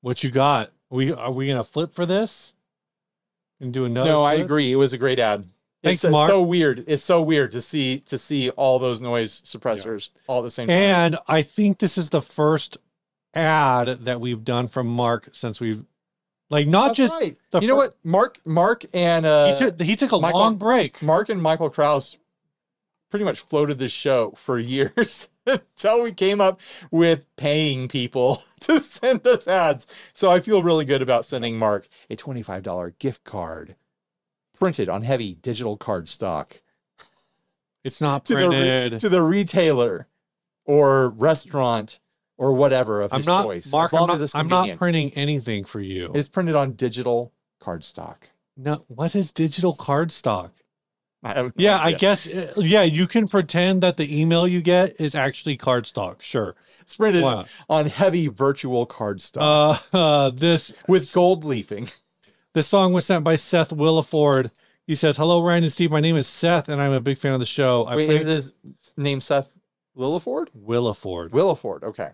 Speaker 1: What you got? We are we gonna flip for this and do another?
Speaker 2: No, I
Speaker 1: flip?
Speaker 2: agree. It was a great ad.
Speaker 1: Thanks,
Speaker 2: it's, so-
Speaker 1: Mark.
Speaker 2: so weird. It's so weird to see to see all those noise suppressors all at the same time.
Speaker 1: And I think this is the first ad that we've done from Mark since we've like not
Speaker 2: That's
Speaker 1: just
Speaker 2: right.
Speaker 1: the
Speaker 2: you know
Speaker 1: fir-
Speaker 2: what? Mark, Mark, and uh,
Speaker 1: he took he took a
Speaker 2: Michael-
Speaker 1: long break.
Speaker 2: Mark and Michael Kraus pretty much floated this show for years until we came up with paying people to send us ads. So I feel really good about sending Mark a $25 gift card printed on heavy digital card stock
Speaker 1: It's not
Speaker 2: to the,
Speaker 1: printed.
Speaker 2: re- to the retailer or restaurant or whatever of
Speaker 1: I'm
Speaker 2: his
Speaker 1: not
Speaker 2: choice.
Speaker 1: Mark.
Speaker 2: as long
Speaker 1: I'm,
Speaker 2: as
Speaker 1: not,
Speaker 2: it's
Speaker 1: I'm not
Speaker 2: convenient.
Speaker 1: printing anything for you.
Speaker 2: It's printed on digital card stock.
Speaker 1: no, what is digital cardstock?
Speaker 2: Oh, I have no
Speaker 1: Yeah, I
Speaker 2: idea.
Speaker 1: guess. uh, Yeah, you can pretend that the email you get is actually cardstock. Sure.
Speaker 2: It's printed
Speaker 1: Why not?
Speaker 2: on heavy virtual card stock.
Speaker 1: Uh, uh, this
Speaker 2: with gold leafing.
Speaker 1: this song was sent by Seth Williford. He says, "Hello, Ryan and Steve. My name is Seth, and I'm a big fan of the show. I
Speaker 2: Wait,
Speaker 1: play
Speaker 2: is his name Seth Lilliford?
Speaker 1: Williford.
Speaker 2: Williford. Okay,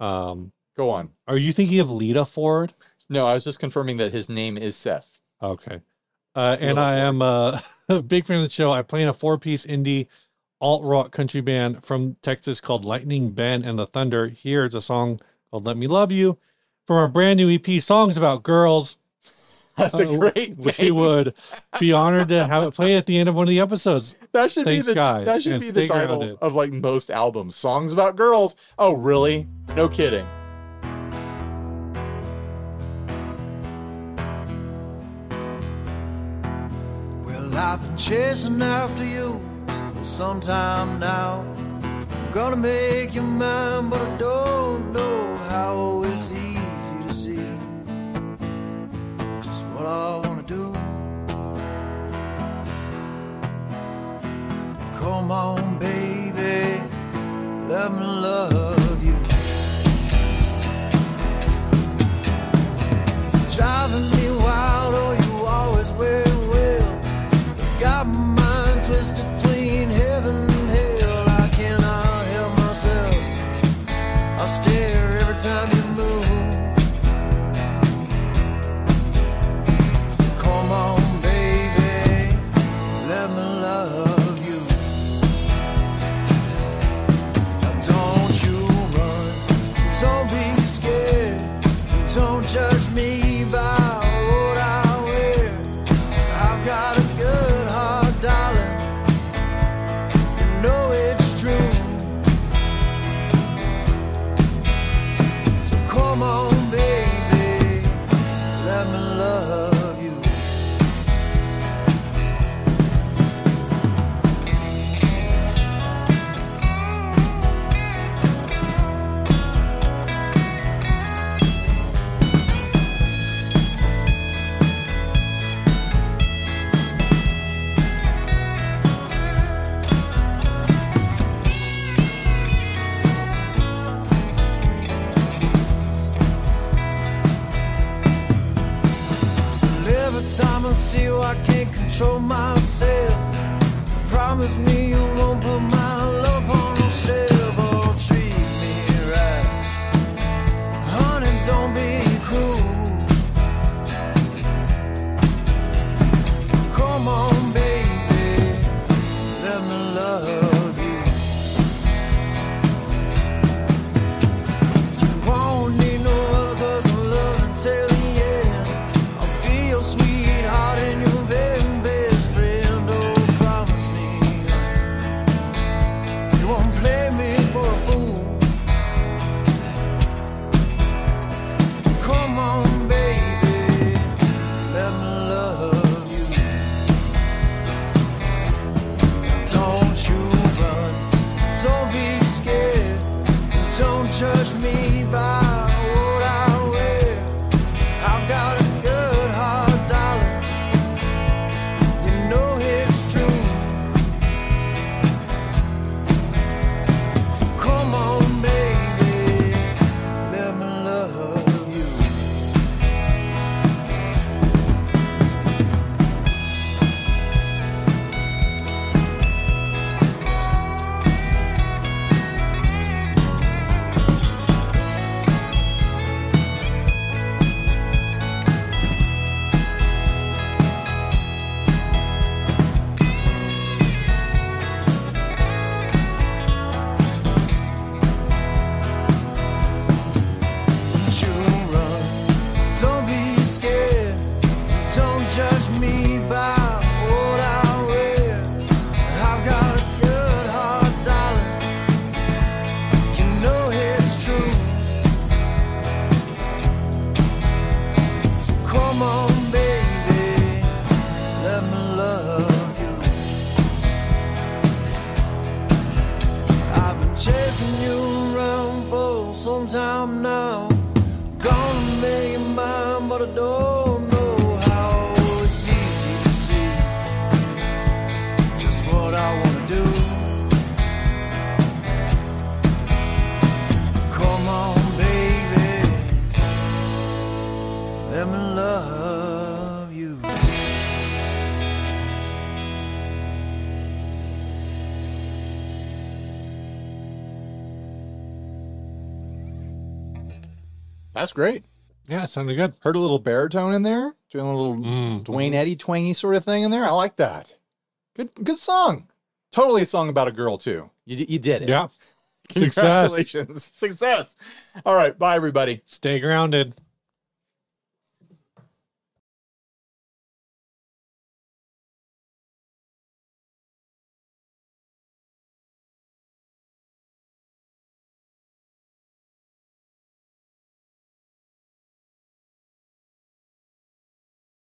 Speaker 1: Um,
Speaker 2: go on.
Speaker 1: are you thinking of Lita Ford?
Speaker 2: No, I was just confirming that his name is Seth.
Speaker 1: Okay. Uh, and I am a, a big fan of the show. I play in a four-piece indie alt rock country band from Texas called Lightning Ben and the Thunder. Here's a song called "Let Me Love You" from our brand new EP, "Songs About Girls."
Speaker 2: That's
Speaker 1: Uh,
Speaker 2: a great
Speaker 1: we
Speaker 2: name.
Speaker 1: would be honored to have it play at the end of one of the episodes.
Speaker 2: That should
Speaker 1: Thanks,
Speaker 2: be the
Speaker 1: guys,
Speaker 2: that should
Speaker 1: and
Speaker 2: be
Speaker 1: stay
Speaker 2: the title
Speaker 1: grounded.
Speaker 2: of like most albums. Songs about girls. Oh, really? No kidding.
Speaker 3: Well, I've been chasing after you for some time now. Gonna make you mine, but I don't know how it's easy to see just what I wanna do. Come on, baby, let me love you. Driving me wild, oh, you always wear well. Got my mind twisted between heaven and hell. I cannot help myself. I stare every time you move. So come on, baby, let me love you. Now don't you run. Don't be scared. Don't judge me by what I wear. I've got a good heart, darling. You know it's true. So come on, baby, let me love you. And every time I see you, I can't control myself. Promise me you won't put my love on the shelf or treat me right. Honey, don't be cruel. me by what I wear. I've got a good hard dollar. You know it's true. So come on, baby, let me love you. Don't you run. Don't be scared. Don't judge me by what I wear. I've got a good heart, darling. You know it's true. So come on, baby. Let me love you. I've been chasing you around for some time now. Gonna make your mind, but I don't know how. It's easy to see just what I wanna do. Come on, baby, let me love you.
Speaker 2: That's great.
Speaker 1: Yeah, it sounded good.
Speaker 2: Heard a little baritone in there, doing a little
Speaker 1: Mm.
Speaker 2: Dwayne Eddy twangy sort of thing in there. I like that. Good, good song. Totally a song about a girl too. You d- you did it.
Speaker 1: Yeah. Success.
Speaker 2: Congratulations. Success. All right. Bye, everybody.
Speaker 1: Stay grounded.